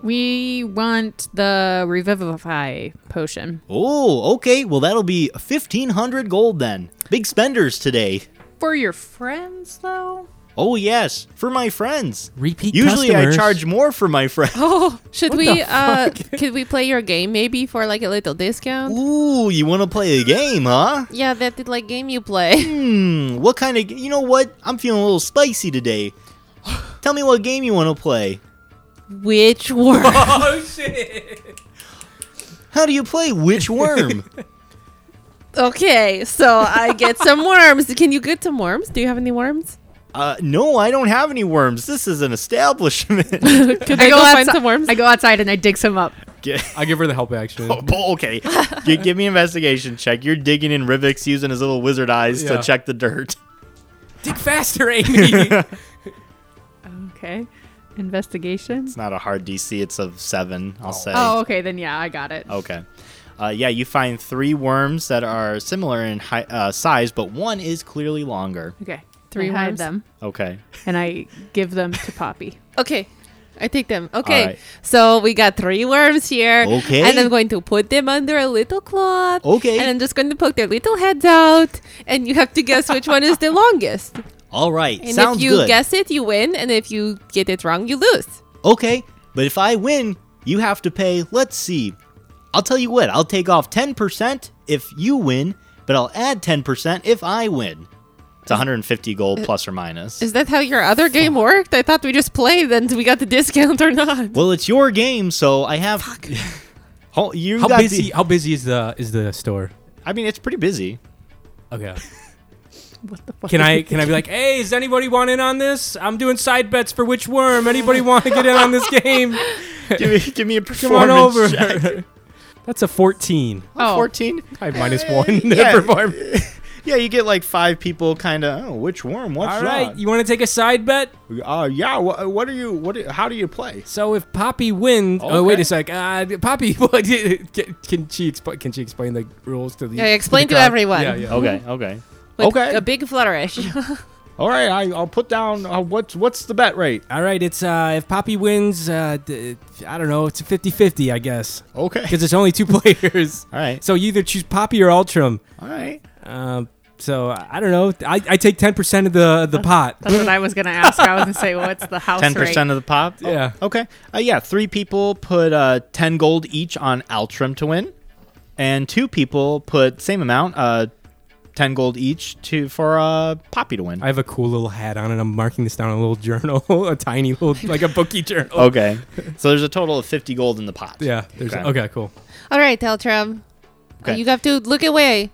S1: we want the revivify potion.
S2: Oh, okay. Well, that'll be 1500 gold then. Big spenders today.
S1: For your friends, though?
S2: Oh, yes, for my friends.
S3: Repeat
S2: Usually
S3: customers.
S2: I charge more for my friends.
S4: Oh, should we?
S3: the
S4: Uh, could we play your game maybe for like a little discount?
S2: Ooh, you want to play a game, huh?
S4: Yeah, that like game you play.
S2: Hmm, what kind of. You know what? I'm feeling a little spicy today. Tell me what game you want to play.
S4: Which word?
S3: Oh shit!
S2: How do you play Which Worm?
S4: Okay, so I get some worms. Can you get some worms? Do you have any worms?
S2: uh, no, I don't have any worms. This is an establishment.
S4: Could I, go, find
S1: outside-
S4: some worms?
S1: I go outside and I dig some up.
S2: Get-
S3: I give her the help action.
S2: Oh, bo- okay. G- give me an investigation check. You're digging in Rivik's using his little wizard eyes
S3: Yeah.
S2: to check the dirt.
S3: Dig faster, Amy.
S1: Okay. Investigation.
S2: It's not a hard DC. It's a seven, I'll say.
S1: Oh, okay. Then yeah, I got it.
S2: Okay. Uh, yeah, you find three worms that are similar in hi- uh, size, but one is clearly longer.
S1: Okay.
S4: Three
S1: I hide
S4: worms.
S1: them
S2: Okay.
S1: and I give them to Poppy.
S4: Okay. I take them. Okay.
S2: right.
S4: So we got three worms here.
S2: Okay.
S4: And I'm going to put them under a little cloth.
S2: Okay.
S4: And I'm just going to poke their little heads out. And you have to guess which one is the longest.
S2: All right.
S4: And
S2: Sounds
S4: if you
S2: good.
S4: guess it, you win. And if you get it wrong, you lose.
S2: okay. But if I win, you have to pay, let's see. I'll tell you what, I'll take off 10% if you win, but I'll add 10% if I win. It's 150 gold plus or minus.
S4: Uh, Is that how your other game worked? I thought we just played and we got the discount or not.
S2: Well, it's your game, so I have. Ho- you
S3: how
S2: got
S3: busy?
S2: the-
S3: How busy is the is the store?
S2: I mean, it's pretty busy.
S3: Okay.
S1: What the fuck?
S3: Can I can I be like, hey, does anybody want in on this? I'm doing side bets for which worm. Anybody want to get in on this game?
S2: give, me, give me a
S3: Come on
S2: performance
S3: over. Oh.
S2: check.
S3: That's a 14.
S1: Oh.
S2: 14.
S3: I minus one.
S2: yeah.
S3: perform.
S2: Yeah, you get like five people, kind of. Oh, which worm? What's
S3: All right, you want to take a side bet?
S2: that? Uh, yeah. Wh- what are you? What? How do you play?
S3: So if Poppy wins, oh wait
S2: Okay.
S3: a sec, uh, Poppy, what, can, can she explain? Can she explain the rules to the?
S4: Yeah, explain
S3: the
S4: to
S3: crowd?
S4: everyone.
S3: Yeah, yeah.
S2: Okay. Okay.
S4: With
S5: Okay.
S4: A big flourish.
S5: All right, I, I'll put down uh, what's what's the bet rate.
S3: All right, it's uh, if Poppy wins, uh, d- I don't know, it's a 50-50, I guess,
S5: Okay.
S3: because it's only two players.
S2: All right.
S3: So you either choose Poppy or Ultram.
S5: All right.
S3: Um, so I don't know. I, I take ten percent of the
S4: Uh-huh.
S3: the pot.
S1: That's what I was gonna ask. I was gonna say, what's the house
S2: Ten
S1: rate?
S2: percent of the pop. Oh,
S3: Yeah.
S2: okay. Uh, yeah. Three people put uh, ten gold each on Altrim to win, and two people put same amount, uh, ten gold each to for uh, Poppy to win.
S3: I have a cool little hat on, and I'm marking this down in a little journal, a tiny little like a bookie journal.
S4: Oh.
S2: okay. so there's a total of fifty gold in the pot.
S3: Yeah. There's
S2: Okay.
S3: okay. Cool.
S4: All right, Teltram.
S2: Okay.
S4: You have to look away.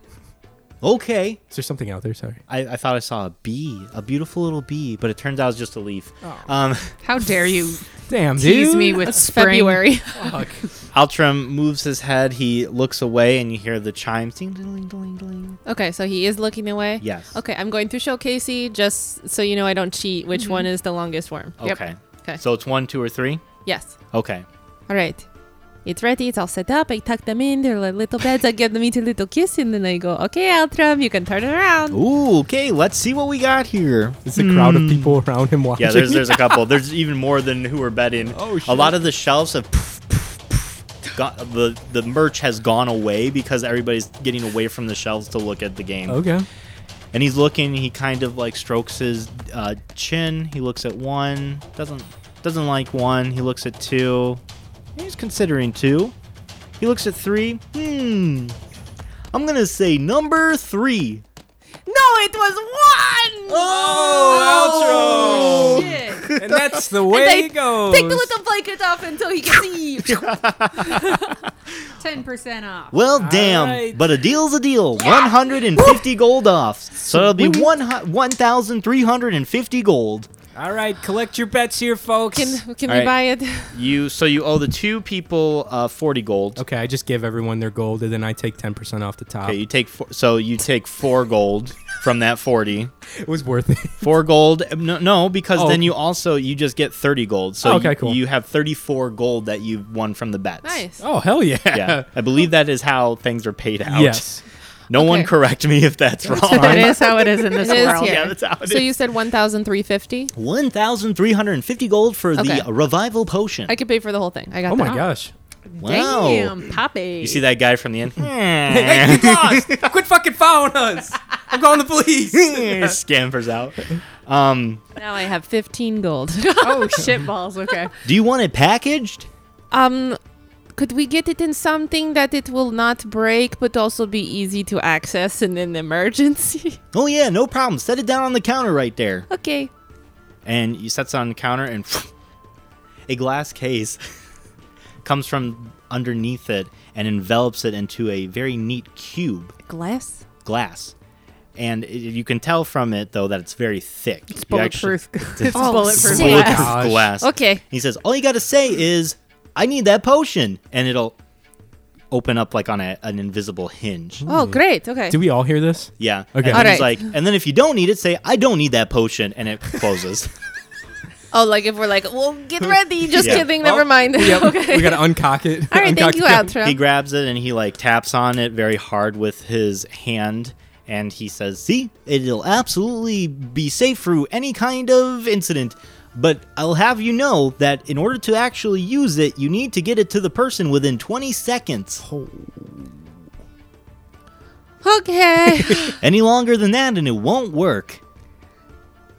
S2: Okay.
S3: Is there something out there? Sorry.
S2: I, I thought I saw a bee, a beautiful little bee, but it turns out it's just a leaf. Um,
S1: How dare you
S3: Damn,
S1: tease
S3: dude.
S1: me with
S4: It's
S1: spring?
S4: February.
S3: Fuck.
S2: Altram moves his head. He looks away, and you hear the chime. Ding, ding, ding, ding, ding.
S4: Okay, so he is looking away.
S2: Yes.
S4: Okay, I'm going to show Casey just so you Mm-hmm. know I don't cheat. Which one is the longest worm?
S1: Yep.
S2: Okay.
S4: Okay.
S2: So it's one, two, or three.
S4: Yes.
S2: Okay.
S4: All right. It's ready. It's all set up. I tuck them in. They're like little beds. I give them each a little kiss, and then I go, "Okay, Altram, you can turn around."
S2: Ooh, okay. Let's see what we got here.
S3: It's a crowd
S4: Hmm.
S3: of people around him watching.
S2: Yeah, there's there's a couple. There's even more than who are betting.
S5: Oh,
S2: A
S5: shit.
S2: lot of the shelves have got the the merch has gone away because everybody's getting away from the shelves to look at the game.
S3: okay.
S2: And he's looking. He kind of like strokes his uh, chin. He looks at one. Doesn't doesn't like one. He looks at two. He's considering two. He looks at three. Hmm. I'm gonna say number three.
S4: No, it was one.
S2: Oh,
S4: Shit.
S3: And that's the way
S4: they
S3: it goes.
S4: Take the little blanket off until he can see.
S1: Ten percent off.
S2: Well, damn.
S3: right.
S2: But a deal's a deal. 150 gold off. So it'll be one hu- 1,350 gold.
S3: All right, collect your bets here, folks.
S4: can can
S2: All right.
S4: we buy it?
S2: You so you owe the two people uh, 40 gold.
S3: okay, I just give everyone their gold, and then I take ten percent off the top.
S2: Okay, you take four, so you take four gold from that 40.
S3: It was worth it.
S2: Four gold? No, no because
S3: Oh.
S2: then you also you just get 30 gold. So
S3: Okay,
S2: you,
S3: cool.
S2: you have 34 gold that you won from the bets.
S4: Nice.
S3: Oh hell yeah!
S2: Yeah, I believe that is how things are paid out.
S3: Yes.
S2: No one
S4: Okay.
S2: correct me if that's wrong.
S1: that is how it is in this
S4: It is
S1: world.
S4: here.
S2: Yeah, that's how it
S4: so
S2: is.
S4: you said one thousand three fifty.
S2: 1,350 gold for
S4: Okay.
S2: the revival potion.
S4: I could pay for the whole thing. I got.
S3: Oh my
S4: that.
S3: gosh.
S2: wow.
S1: Damn, Poppy.
S2: You see that guy from the end?
S3: Hey, get lost! Quit fucking following us! I'm calling the police.
S2: Scampers out. Um,
S4: Now I have fifteen gold.
S1: Oh shit balls. Okay.
S2: do you want it packaged?
S4: um, could we get it in something that it will not break, but also be easy to access in an emergency?
S2: Oh yeah, no problem. Set it down on the counter right there.
S4: okay.
S2: And he sets it on the counter, and a glass case comes from underneath it and envelops it into a very neat cube
S4: Glass.
S2: glass. And i you can tell from it though that it's very thick.
S1: It's
S2: You actually-
S1: bulletproof. It's
S4: Oh,
S1: bulletproof.
S4: sick.
S1: glass.
S2: bulletproof
S3: Gosh.
S2: glass.
S4: Okay.
S2: He says, "All you got to say is, I need that potion," and it'll open up like on a, an invisible hinge.
S4: Oh, great. Okay.
S3: Hmm. Do we all hear this?
S2: Yeah.
S3: Okay.
S2: And
S4: All
S2: then he's like,
S4: right.
S2: and then if you don't need it, say, "I don't need that potion," and it closes.
S4: oh, like if we're like, well, get
S3: Hmm.
S4: ready. Just
S2: Yeah.
S4: kidding. Never
S3: Oh,
S4: mind.
S3: Yep.
S4: okay.
S3: We gotta uncock it.
S4: All right.
S3: Uncock
S4: Thank you,
S3: the-
S4: Outro.
S2: he grabs it and he like taps on it very hard with his hand, and he says, "See, it'll absolutely be safe through any kind of incident." But I'll have you know that in order to actually use it, you need to get it to the person within 20 seconds.
S4: okay.
S2: Any longer than that, and it won't work.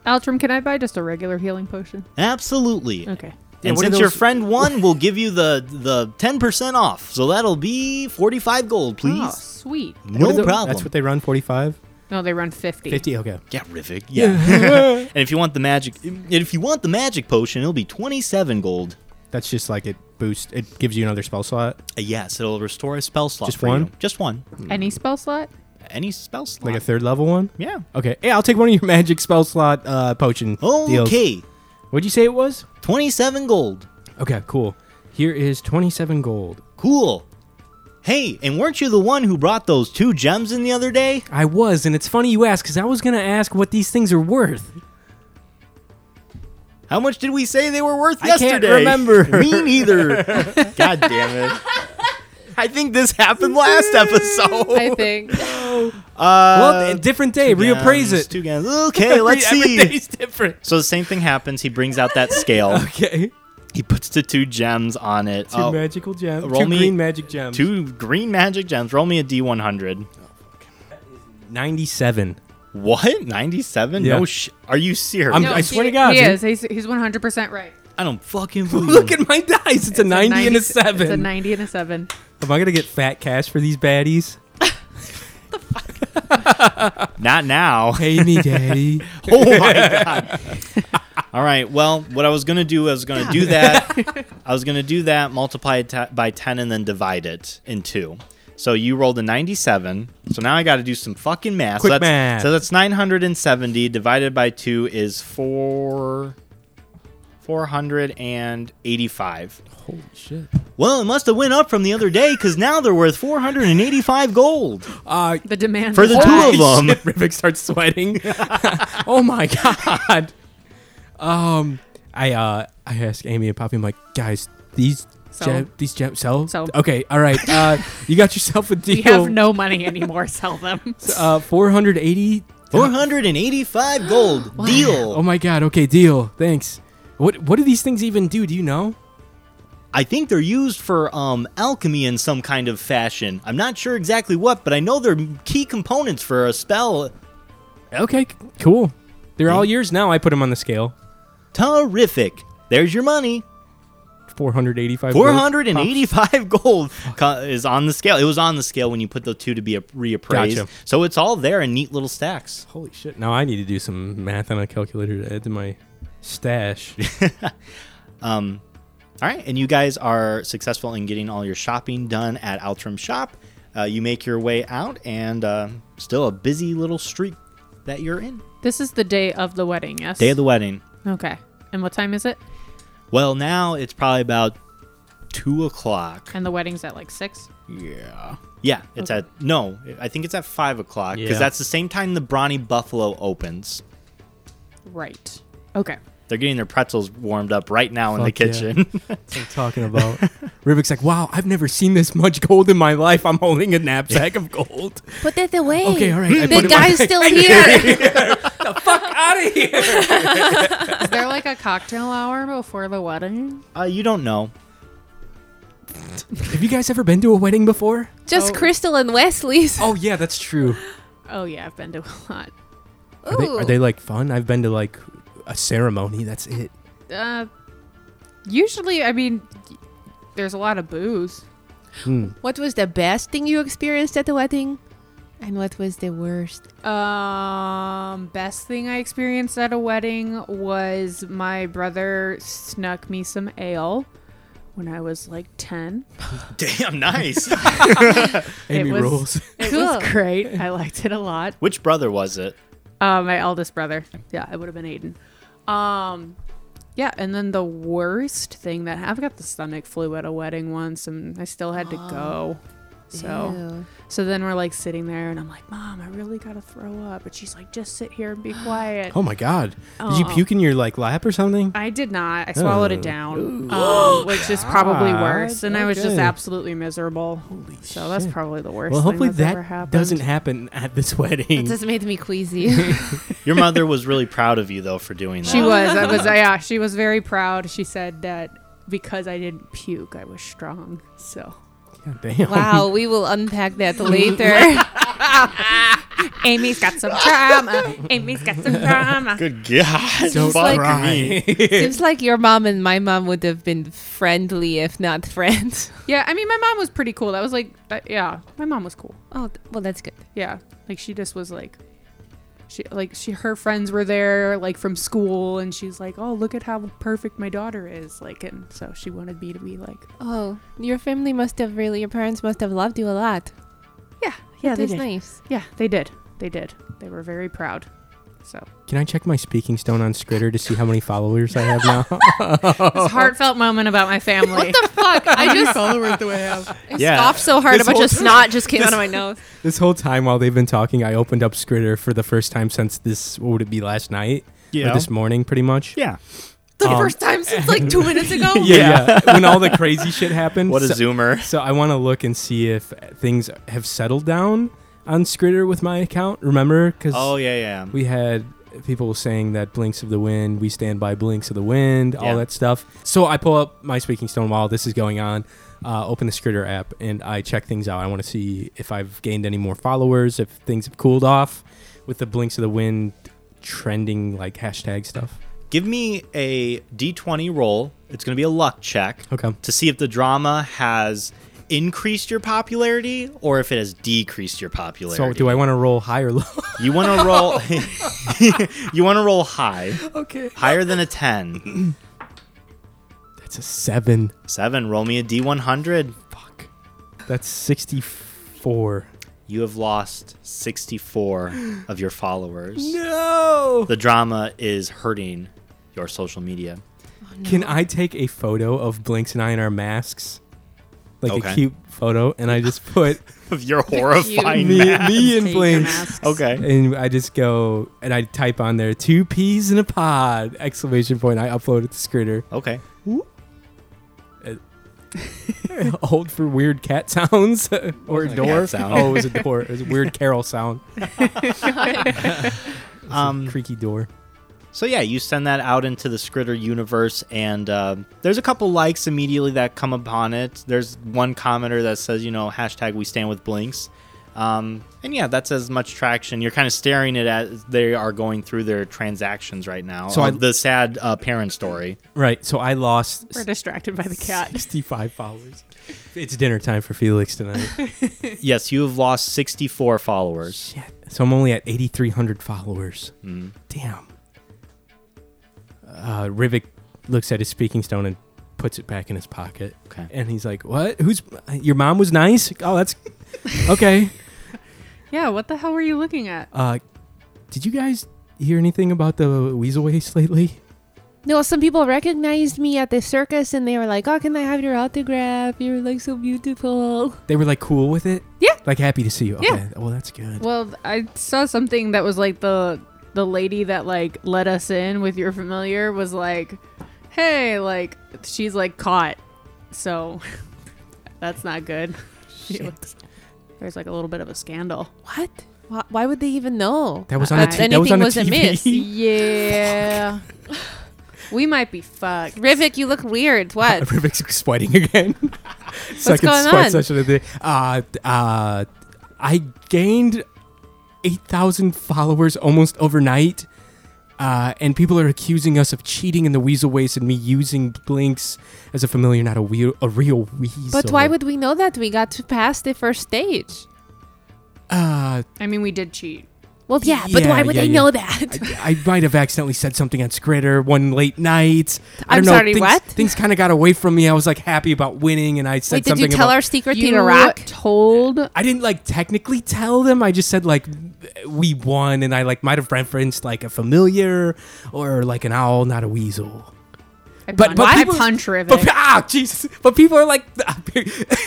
S1: Altrum, can I buy just a regular healing potion?
S2: Absolutely.
S1: Okay.
S3: Yeah,
S2: And
S3: what are
S2: since your
S3: those-
S2: friend won, we'll give you the the ten percent off. So that'll be forty five gold,
S1: Oh,
S2: please.
S1: sweet.
S2: No
S3: What are the-
S2: problem.
S3: That's what they run. 45,
S1: No, they run 50.
S3: 50. Okay.
S2: yeah, Rivik. Yeah. and if you want the magic, and if you want the magic potion, it'll be twenty seven gold.
S3: That's just like it boosts. It gives you another spell slot,
S2: Uh, yes, it'll restore a spell slot.
S3: Just
S2: for
S3: one?
S2: You. Just one.
S1: Any spell slot?
S2: Any spell slot.
S3: like a third level one.
S2: yeah.
S3: Okay. Yeah, I'll take one of your magic spell slot uh, potion deals.
S2: Okay.
S3: What'd you say it was?
S2: Twenty seven gold.
S3: Okay. Cool. Here is 27 gold.
S2: Cool. Hey, and weren't you the one who brought those two gems in the other day?
S3: I was, and it's funny you ask because I was gonna ask what these things are worth.
S2: How much did we say they were worth
S3: I
S2: yesterday?
S3: can't remember.
S2: Me neither. God damn it. I think this happened last episode.
S4: I think.
S3: well, a different day. Reappraise
S2: Gans,
S3: it.
S2: Uh, Two gans. Okay, let's
S3: Every
S2: see.
S3: day's different.
S2: So the same thing happens. He brings out that scale.
S3: Okay.
S2: He puts the two gems on it.
S3: Two magical gems.
S2: Oh, uh, roll
S3: Two
S2: me-
S3: green magic gems.
S2: two green magic gems. Roll me a D100.
S3: 97.
S2: What? 97?
S3: Yeah.
S2: No sh- Are you serious?
S3: I'm- No, I swear to God,
S1: He
S3: dude.
S1: is. He's, he's 100% right.
S2: I do not fucking believe
S3: Look
S2: him.
S3: at my dice. It's, a
S1: It's
S3: 90 and a
S1: s- It's a
S3: 7.
S1: 90 and a 7.
S3: Am I going to get fat cash for these baddies?
S2: Not now.
S3: Pay me, daddy.
S2: Oh my god. All right. Well, what I was gonna do, I was gonna do that. I was gonna do that, multiply it t- by ten, and then divide it in two. So you rolled a ninety-seven. So now I got to do some fucking math. so that's,
S3: Quick math.
S2: So that's nine hundred and seventy divided by two is four. 485.
S3: Holy shit.
S2: Well, it must have went up from the other day because now they're worth 485 gold
S3: Uh,
S1: The demand
S2: for
S1: is
S2: the
S1: high.
S2: two of them.
S3: shit, Rivik starts sweating. oh my god. Um, I uh, I ask Amy and Poppy. I'm like, guys, these
S1: So-
S3: gem, these gem sell.
S1: So.
S3: Okay, all right. Uh, you got yourself a deal.
S1: We have no money anymore. Sell them.
S3: uh, 480.
S2: 485 gold deal.
S3: Oh my god. Okay, deal. Thanks. What what do these things even do? Do you know?
S2: I think they're used for um, alchemy in some kind of fashion. I'm not sure exactly what, but I know they're key components for a spell.
S3: Okay, c- cool. They're all yours now. I put them on the scale.
S2: Terrific. There's your money.
S3: 485. gold.
S2: 485 gold co- is on the scale. It was on the scale when you put the two to be a- reappraised.
S3: Gotcha.
S2: So it's all there in neat little stacks.
S3: Holy shit. Now I need to do some math on a calculator to add to my stash.
S2: Um, all right, and you guys are successful in getting all your shopping done at Altrum Shop. Uh, you make your way out, and uh, still a busy little street that you're in.
S1: This is the day of the wedding. Yes.
S2: Day of the wedding.
S1: Okay. And what time is it?
S2: Well, now it's probably about two o'clock.
S1: And the wedding's at like six.
S2: Yeah. Yeah, it's at no. I think it's at five o'clock because
S3: Yeah.
S2: that's the same time the Brawny Buffalo opens.
S1: Right. Okay.
S2: They're getting their pretzels warmed up right now in the
S3: Fuck yeah.
S2: kitchen.
S3: That's what I'm talking about. Rubik's like, wow, I've never seen this much gold in my life. I'm holding a knapsack of gold.
S4: Put that away.
S3: Okay, all right, I put
S4: The
S3: it back.
S4: guy's still here.
S3: Out of here.
S1: Is there like a cocktail hour before the wedding?
S2: uh, you don't know.
S3: Have you guys ever been to a wedding before?
S4: Just
S1: Oh.
S4: Crystal and Wesley's.
S3: Oh, yeah, that's true.
S1: Oh yeah, I've been to a lot.
S4: Ooh.
S3: Are they, are they like fun? I've been to like a ceremony. That's it.
S1: Uh, usually, I mean, there's a lot of booze.
S4: What was the best thing you experienced at the wedding? And what was the worst?
S1: Um, best thing I experienced at a wedding was my brother snuck me some ale when I was like ten.
S2: Damn, nice.
S3: Amy
S1: it was
S3: rules.
S1: it
S4: Cool.
S1: was great. I liked it a lot.
S2: Which brother was it?
S1: Uh, my eldest brother. Yeah, it would have been Aiden. Um, yeah, and then the worst thing that I've got the stomach flu at a wedding once, and I still had to go. So. So then we're like sitting there, and I'm like, Mom, I really gotta throw up. And she's like, Just sit here and be quiet.
S3: Oh my god. Did you
S1: Oh.
S3: puke in your like lap or something?
S1: I did not. I swallowed
S3: Oh.
S1: it down, um, which is probably
S3: God.
S1: worse. And I was just
S3: Okay.
S1: absolutely miserable. so that's
S3: shit.
S1: probably the worst.
S3: Well, hopefully
S1: thing that's ever
S3: that
S1: happened.
S3: doesn't happen at this
S4: It
S3: wedding.
S4: just made me queasy.
S2: Your mother was really proud of you though for doing that.
S1: She was. I was. Yeah, she was very proud. She said that because I didn't puke, I was strong. So
S3: God damn.
S4: wow, we will unpack that later.
S1: Amy's got some trauma. Amy's got some trauma.
S2: Good God.
S3: Don't
S2: Fuck
S3: cry.
S2: me.
S4: Seems like your mom and my mom would have been friendly, if not friends.
S1: Yeah, I mean, my mom was pretty cool. That was like, that, yeah, my mom was cool.
S4: Oh, th- well, that's good.
S1: Yeah, like she just was like, she like she her friends were there like from school, and she's like, oh look at how perfect my daughter is, like, and so she wanted me to be like,
S4: Oh, your family must have really, your parents must have loved you a lot.
S1: yeah, yeah,
S4: that's nice.
S1: yeah, they did, they did, they were very proud. So
S3: Can I check my speaking stone on Skritter to see how many followers I have now?
S1: this heartfelt moment about my family.
S4: Fuck, I just followers do I have? I scoffed so hard,
S3: This
S4: a bunch
S3: whole
S4: of snot just came out of my nose.
S3: this whole time while they've been talking, I opened up Skritter for the first time since this what would it be last night? Or
S2: Yeah.
S3: this morning pretty much.
S2: Yeah.
S4: The
S3: Um,
S4: first time since like two minutes ago.
S3: Yeah, yeah. when all the crazy shit happened.
S2: What a
S3: so,
S2: zoomer.
S3: so I want to look and see if things have settled down on Skritter with my account. Remember, because
S2: Oh yeah, yeah.
S3: we had people saying that Blinks of the Wind, we stand by Blinks of the Wind,
S2: Yeah.
S3: all that stuff. So I pull up my Speaking Stone while this is going on, uh, open the Skritter app, and I check things out. I want to see if I've gained any more followers, if things have cooled off with the Blinks of the Wind trending like hashtag stuff.
S2: Give me a d20 roll. It's going to be a luck check.
S3: Okay.
S2: To see if the drama has increased your popularity or if it has decreased your
S3: So
S2: popularity.
S3: do I want to roll high or low?
S2: You want to roll You want to roll high.
S3: okay.
S2: Higher than a 10.
S3: That's a seven.
S2: 7. Roll me a d100.
S3: Fuck. That's 64.
S2: You have lost 64 of your followers.
S3: No!
S2: The drama is hurting your social media.
S3: Can I take a photo of Blinks and I in our masks? Like
S2: Okay.
S3: a cute photo, and I just put
S2: Of your horrifying
S3: me, me and
S1: Take your
S3: Blinks.
S1: masks.
S2: Okay.
S3: And I just go and I type on there two peas in a pod! Exclamation point. I upload it to Skritter.
S2: Okay.
S3: It Old for weird cat sounds or
S2: Wasn't a
S3: door.
S2: cat sound.
S3: Oh, it was a door. It was a weird carol sound. It was a
S2: Um,
S3: creaky door.
S2: So yeah, you send that out into the Skritter universe, and uh, there's a couple likes immediately that come upon it. There's one commenter that says, you know, hashtag we stand with Blinks, um, and yeah, that's as much traction. You're kind of staring at it as they are going through their transactions right now.
S3: So
S2: So
S3: I-
S2: the sad uh, parent story.
S3: Right. So I lost
S1: We're distracted by the cat.
S3: 65 followers. It's dinner time for Felix tonight.
S2: yes, you have lost 64 followers.
S3: Shit. So I'm only at 8,300 followers.
S2: Mm.
S3: Damn. Uh, Rivik looks at his speaking stone and puts it back in his pocket.
S2: Okay.
S3: And he's like, "What? Who's your mom was nice? Oh, that's okay.
S1: Yeah, what the hell were you looking at?
S3: Uh, did you guys hear anything about the weasel waste lately?
S4: No, some people recognized me at the circus and they were like, "Oh, can I have your autograph? You're like so beautiful."
S3: They were like cool with it.
S1: Yeah.
S3: Like happy to see you. Okay.
S1: Yeah.
S3: Well, that's good.
S1: Well, th- I saw something that was like the the lady that like let us in with your familiar was like, "Hey, like she's like caught." So that's not good. She was- There's like a little bit of a scandal.
S4: What? Why, why would they even know?
S3: that was on a
S1: That
S3: t- that was
S4: anything
S3: on a
S4: was
S3: TV.
S4: amiss.
S1: Yeah. we might be fucked.
S4: Rivik, you look weird. What?
S3: Rubik's sweating again. Second
S4: going
S3: sweat
S4: on?
S3: session of the uh uh I gained eight thousand followers almost overnight. Uh, and people are accusing us of cheating in the weasel waste and me using blinks as a familiar, not a, wheel, a real weasel.
S4: but why would we know that? We got to pass the first stage.
S3: uh,
S1: I mean, we did cheat.
S4: Well, yeah, but
S3: Yeah,
S4: why would
S3: yeah,
S4: they
S3: yeah.
S4: know that?
S3: I, I might have accidentally said something on Skritter one late night. I
S4: I'm
S3: don't know,
S4: sorry,
S3: Things,
S4: what?
S3: Things kind of got away from me. I was like happy about winning, and I said
S4: Wait, did
S3: something
S4: you tell
S3: about
S4: our secret to
S1: You
S4: the rock?
S1: told
S3: I didn't like technically tell them. I just said like we won, and I like might have referenced like a familiar or like an owl, not a weasel.
S1: I
S3: But-
S1: pun-
S3: but
S1: I
S3: people-
S1: punch Rivet.
S3: But ah, Jesus! But people are like,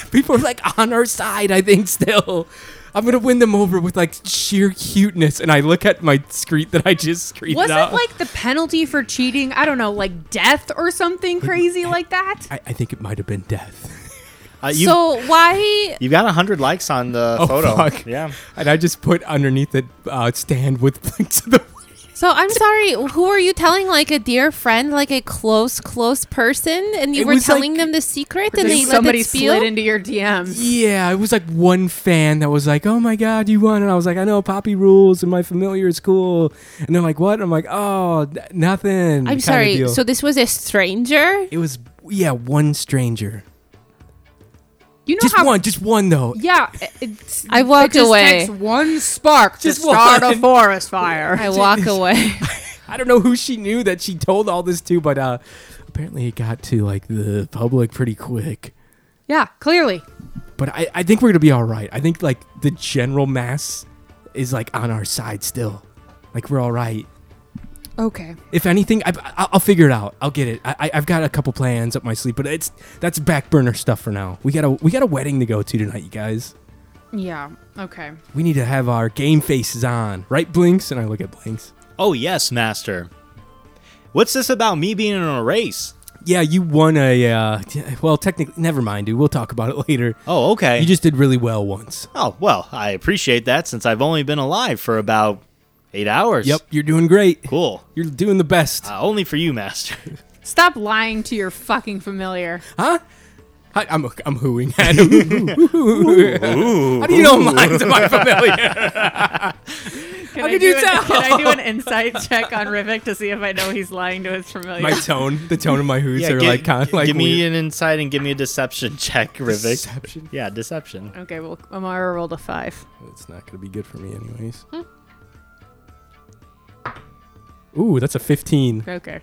S3: people are like on our side. I think still, I'm gonna win them over with like sheer cuteness. And I look at my screed that I just screamed
S1: Wasn't
S3: out.
S1: like the penalty for cheating, I don't know, like death or something crazy like that?
S3: I, I think it might have been death.
S2: Uh, you,
S4: so why?
S2: you got 100 likes on the
S3: Oh,
S2: photo.
S3: fuck.
S2: Yeah.
S3: And I just put underneath it uh, stand with blinks of the.
S4: So I'm sorry. Who are you telling? Like a dear friend, like a close, close person, and you
S3: It
S4: were
S3: was
S4: telling
S3: like-
S4: them the secret,
S1: Just
S4: and they let
S1: somebody
S4: it spill.
S1: slid into your DMs.
S3: Yeah, it was like one fan that was like, "Oh my god, you won!" And I was like, "I know Poppy rules, and my familiar is cool." And they're like, "What?" And I'm like, "Oh, n- nothing."
S4: I'm
S3: kinda
S4: sorry.
S3: deal.
S4: So this was a stranger.
S3: it was yeah, one stranger,
S1: You know
S3: just
S1: how?
S3: one, just one though.
S1: Yeah, it- it's,
S4: I walked
S1: it just
S4: away.
S1: Takes one spark
S3: Just
S1: to start
S3: one.
S1: a forest fire.
S4: I walk away.
S3: I don't know who she knew that she told all this to, but uh, apparently it got to like the public pretty quick.
S1: yeah, clearly.
S3: But I, I think we're gonna be all right. I think like the general mass is like on our side still, like we're all right.
S1: Okay.
S3: If anything, I, I, I'll figure it out. I'll get it. I, I- I've got a couple plans up my sleeve, but it's that's back burner stuff for now. We got a we got a wedding to go to tonight, you guys.
S1: Yeah. Okay.
S3: We need to have our game faces on, right, Blinks? And I look at Blinks.
S2: Oh, yes, master. What's this about me being in a race?
S3: Yeah, you won a. Uh, t- well, technically, never mind, dude. We'll talk about it later.
S2: Oh, okay.
S3: You just did really well once.
S2: Oh, well, I appreciate that since I've only been alive for about eight hours.
S3: Yep, you're doing great.
S2: Cool.
S3: You're doing the best,
S2: Uh, only for you, Master.
S1: Stop lying to your fucking familiar.
S3: huh? I, I'm I'm hooing at him. How do you know mine's my familiar?
S1: Can
S3: How could you
S1: an-
S3: tell?
S1: Can I do an insight check on Rivik to see if I know he's lying to his familiar?
S3: My tone, the tone of my hoos are
S2: gi-
S3: like kind of
S2: gi-
S3: like
S2: give me
S3: weird.
S2: an insight and give me a deception check, Rivik.
S3: Deception.
S2: Yeah, deception.
S1: okay. Well, Amara rolled a five.
S3: It's not going to be good for me, anyways.
S1: Hmm.
S3: Ooh, that's a 15.
S1: Okay.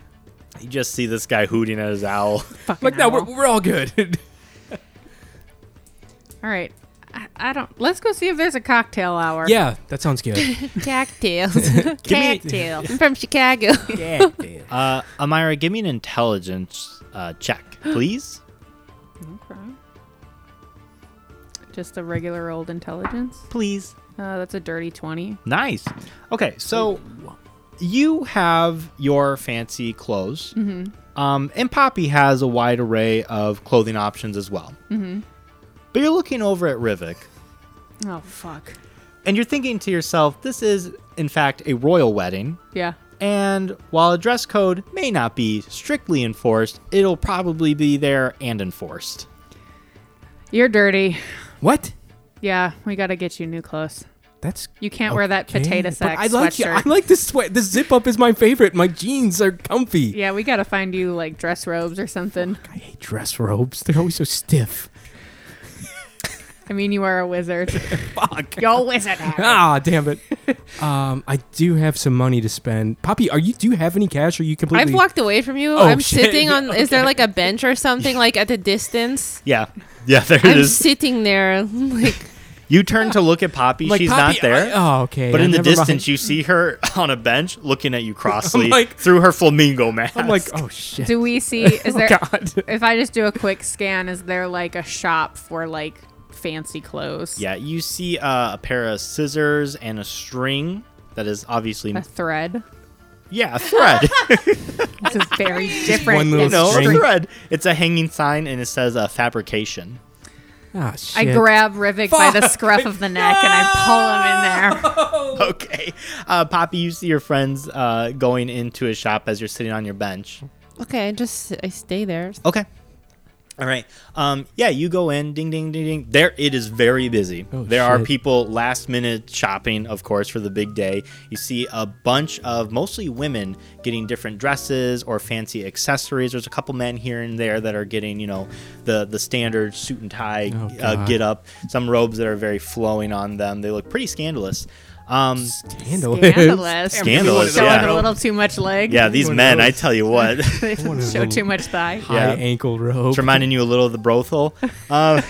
S2: You just see this guy hooting at his owl.
S1: Fucking
S3: Look, now we're,
S1: owl.
S3: we're all good.
S1: All right. I, I don't. Let's go see if there's a cocktail hour.
S3: yeah, that sounds good.
S4: Cocktails.
S2: me-
S4: Cocktail. I'm from Chicago.
S3: yeah,
S2: Uh, Amira, give me an intelligence uh, check, please.
S1: Okay. Just a regular old intelligence.
S2: please.
S1: Uh, that's a dirty 20.
S2: Nice. Okay, so you have your fancy clothes.
S3: Mm-hmm.
S2: Um, and Poppy has a wide array of clothing options as well. Mm-hmm. But you're looking over at Rivik,
S1: Oh fuck.
S2: and you're thinking to yourself, this is, in fact, a royal wedding.
S1: Yeah.
S2: And while a dress code may not be strictly enforced, it'll probably be there and enforced.
S1: You're dirty.
S3: What?
S1: Yeah, we gotta get you new clothes.
S3: That's
S1: You can't wear that
S3: okay,
S1: potato
S3: but
S1: sack
S3: I like
S1: sweatshirt.
S3: I like this sweat. This zip up is my favorite. My jeans are comfy.
S1: Yeah, we gotta find you like dress robes or something.
S3: I hate dress robes. They're always so stiff.
S1: I mean, you are a wizard.
S3: Fuck.
S1: Yo, wizard.
S3: Ah, damn it. um, I do have some money to spend. Poppy, are you? Do you have any cash? Or are you completely?
S4: I've walked away from you.
S3: Oh,
S4: I'm
S3: shit.
S4: sitting on. Is there like a bench or something like at a distance?
S2: Yeah. Yeah, there it
S4: I'm
S2: is.
S4: sitting there. Like
S2: You turn to look at Poppy.
S3: Like,
S2: She's
S3: Poppy,
S2: not there.
S3: I- oh, okay.
S2: But
S3: I
S2: in the
S3: never mind.
S2: distance, you see her on a bench looking at you crossly
S3: like-
S2: through her flamingo mask.
S3: I'm like, oh shit.
S1: Do we see? Is there?
S3: God.
S1: If I just do a quick scan, is there like a shop for like fancy clothes?
S2: yeah, you see uh, a pair of scissors and a string that is obviously,
S1: A thread.
S2: yeah, a thread.
S1: This is very different.
S3: One
S1: than
S3: little
S2: you know,
S3: string.
S2: a thread. It's a hanging sign and it says uh, fabrication.
S3: Ah, shit.
S1: I grab Rivik by the scruff of the neck and I pull him in there.
S2: Okay. Uh, Poppy, you see your friends uh, going into a shop as you're sitting on your bench.
S4: okay, I just I stay there.
S2: Okay. All right. Um, yeah, you go in. Ding, ding, ding, ding. There, it is very busy.
S3: Oh,
S2: there are
S3: shit.
S2: people last minute shopping, of course, for the big day. You see a bunch of mostly women getting different dresses or fancy accessories. There's a couple men here and there that are getting, you know, the the standard suit and tie
S3: Oh,
S2: uh,
S3: God.
S2: get up. Some robes that are very flowing on them. They look pretty scandalous. Um,
S3: Scandalous.
S1: Scandalous.
S2: Scandalous,
S1: Showing
S2: yeah.
S1: a little too much leg.
S2: yeah, these
S3: One of
S2: men. I
S3: those.
S2: tell you what.
S1: They
S3: One of
S1: show
S3: those.
S1: too much thigh.
S2: Yeah.
S3: High ankle robe.
S2: It's reminding you a little of the brothel. Um,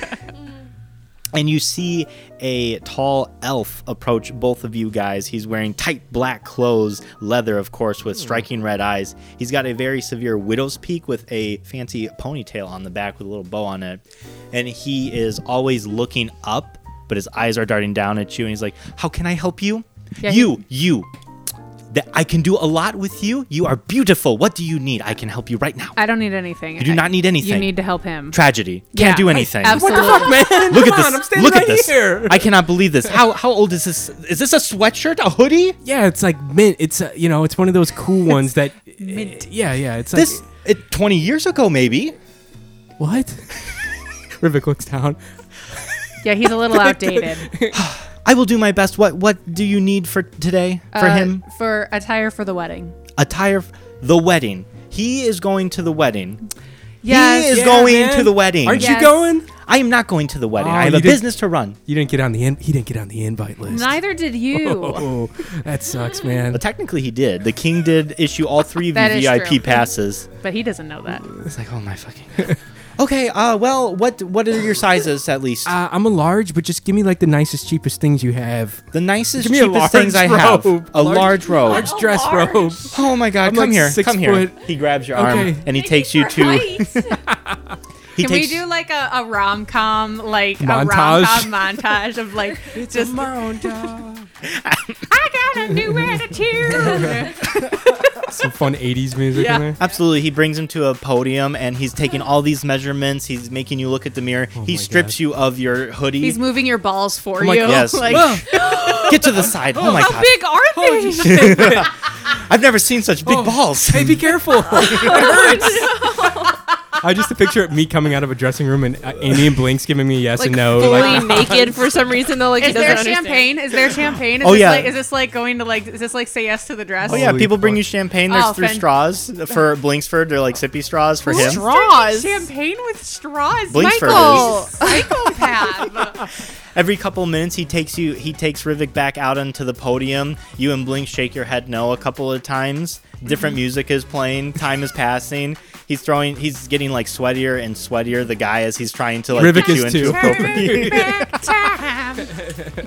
S2: and you see a tall elf approach both of you guys. He's wearing tight black clothes, leather, of course,
S1: Hmm.
S2: with striking red eyes. He's got a very severe widow's peak with a fancy ponytail on the back with a little bow on it. And he is always looking up, but his eyes are darting down at you. And he's like, How can I help you?
S1: Yeah, he-
S2: you, you. That I can do a lot with you. You are beautiful. What do you need? I can help you right now.
S1: I don't need anything.
S2: You do not need
S1: You
S2: anything.
S1: need to help him.
S2: Tragedy. Can't
S1: Yeah,
S2: do anything.
S1: Absolutely.
S3: man?
S2: Look at
S3: Come
S2: this.
S3: on, I'm standing
S2: Look at
S3: right
S2: this.
S3: here.
S2: I cannot believe this. How how old is this? Is this a sweatshirt? A hoodie?
S3: yeah, it's like mint. It's uh, you know, it's one of those cool ones that. mint. yeah, yeah. It's like
S2: This it, 20 years ago maybe.
S3: what? Rivik looks down.
S1: Yeah, he's a little outdated.
S2: I will do my best. What what do you need for today for
S1: Uh,
S2: him?
S1: For attire for the wedding.
S2: Attire f- the wedding. He is going to the wedding.
S1: Yes.
S2: He is
S3: Yeah,
S2: going
S3: man.
S2: to the wedding.
S3: Aren't
S1: Yes.
S3: you going?
S2: I am not going to the wedding.
S3: Oh,
S2: I have
S3: you
S2: a
S3: did-
S2: business to run.
S3: You didn't get on the in- He didn't get on the invite list.
S1: Neither did you.
S3: Oh, that sucks, man.
S2: Well, technically he did. The king did issue all 3
S1: That is true.
S2: VIP passes.
S1: but he doesn't know that.
S2: It's like, "Oh my fucking God. Okay, uh well, what what are your sizes at least?
S3: Uh, I'm a large, but just give me like the nicest, cheapest things you have.
S2: The nicest,
S3: Give me a
S2: cheapest
S3: large
S2: things I have.
S3: robe.
S2: A
S3: Large-
S2: large, robe.
S3: Large dress robe.
S2: Oh my god,
S3: I'm
S2: come
S3: like
S2: here.
S3: six
S2: Come here.
S3: foot.
S2: He grabs your
S3: Okay.
S2: arm and he takes you to he
S1: Can we
S2: takes
S1: do like a, a rom com, like a rom
S3: Montage?
S1: com montage of like just I got a new attitude.
S3: Some fun 80s music
S1: Yeah.
S3: in there.
S2: Absolutely. He brings him to a podium and he's taking all these measurements. He's making you look at the mirror. he
S3: my
S2: strips
S3: God.
S2: you of your hoodie.
S1: He's moving your balls for
S2: I'm like,
S1: you.
S2: Oh yes.
S1: Like,
S2: Get to the side. Oh my
S1: how
S2: god.
S1: big are they?
S2: I've never seen such big
S3: Oh.
S2: balls.
S3: Hey, be careful. it hurts. I just picture me coming out of a dressing room and uh, Amy and Blinks giving me a yes
S4: Like
S3: and no.
S4: fully
S3: Like,
S4: naked for some reason though. Like he
S1: Is there
S4: doesn't understand.
S1: champagne? Is there champagne? Is
S2: Oh,
S1: this
S2: yeah.
S1: like is this like going to like is this like say yes to the dress?
S2: Oh yeah,
S3: Holy
S2: people bring
S3: fuck.
S2: you champagne. There's
S1: Oh,
S2: three
S1: fan-
S2: straws for Blinksford. They're like sippy straws for him.
S1: Straws. Champagne with straws.
S2: Blinks for
S1: Michael, psychopath.
S2: Every couple minutes, he takes you. He takes Rivik back out onto the podium. You and Blink shake your head no a couple of times. Different
S1: Mm-hmm.
S2: music is playing. Time is passing. He's throwing. He's getting like sweatier and sweatier. The guy as he's trying to like
S3: Rivik
S2: get you
S3: is
S2: into
S3: too.
S2: appropriate.
S1: Perfect time.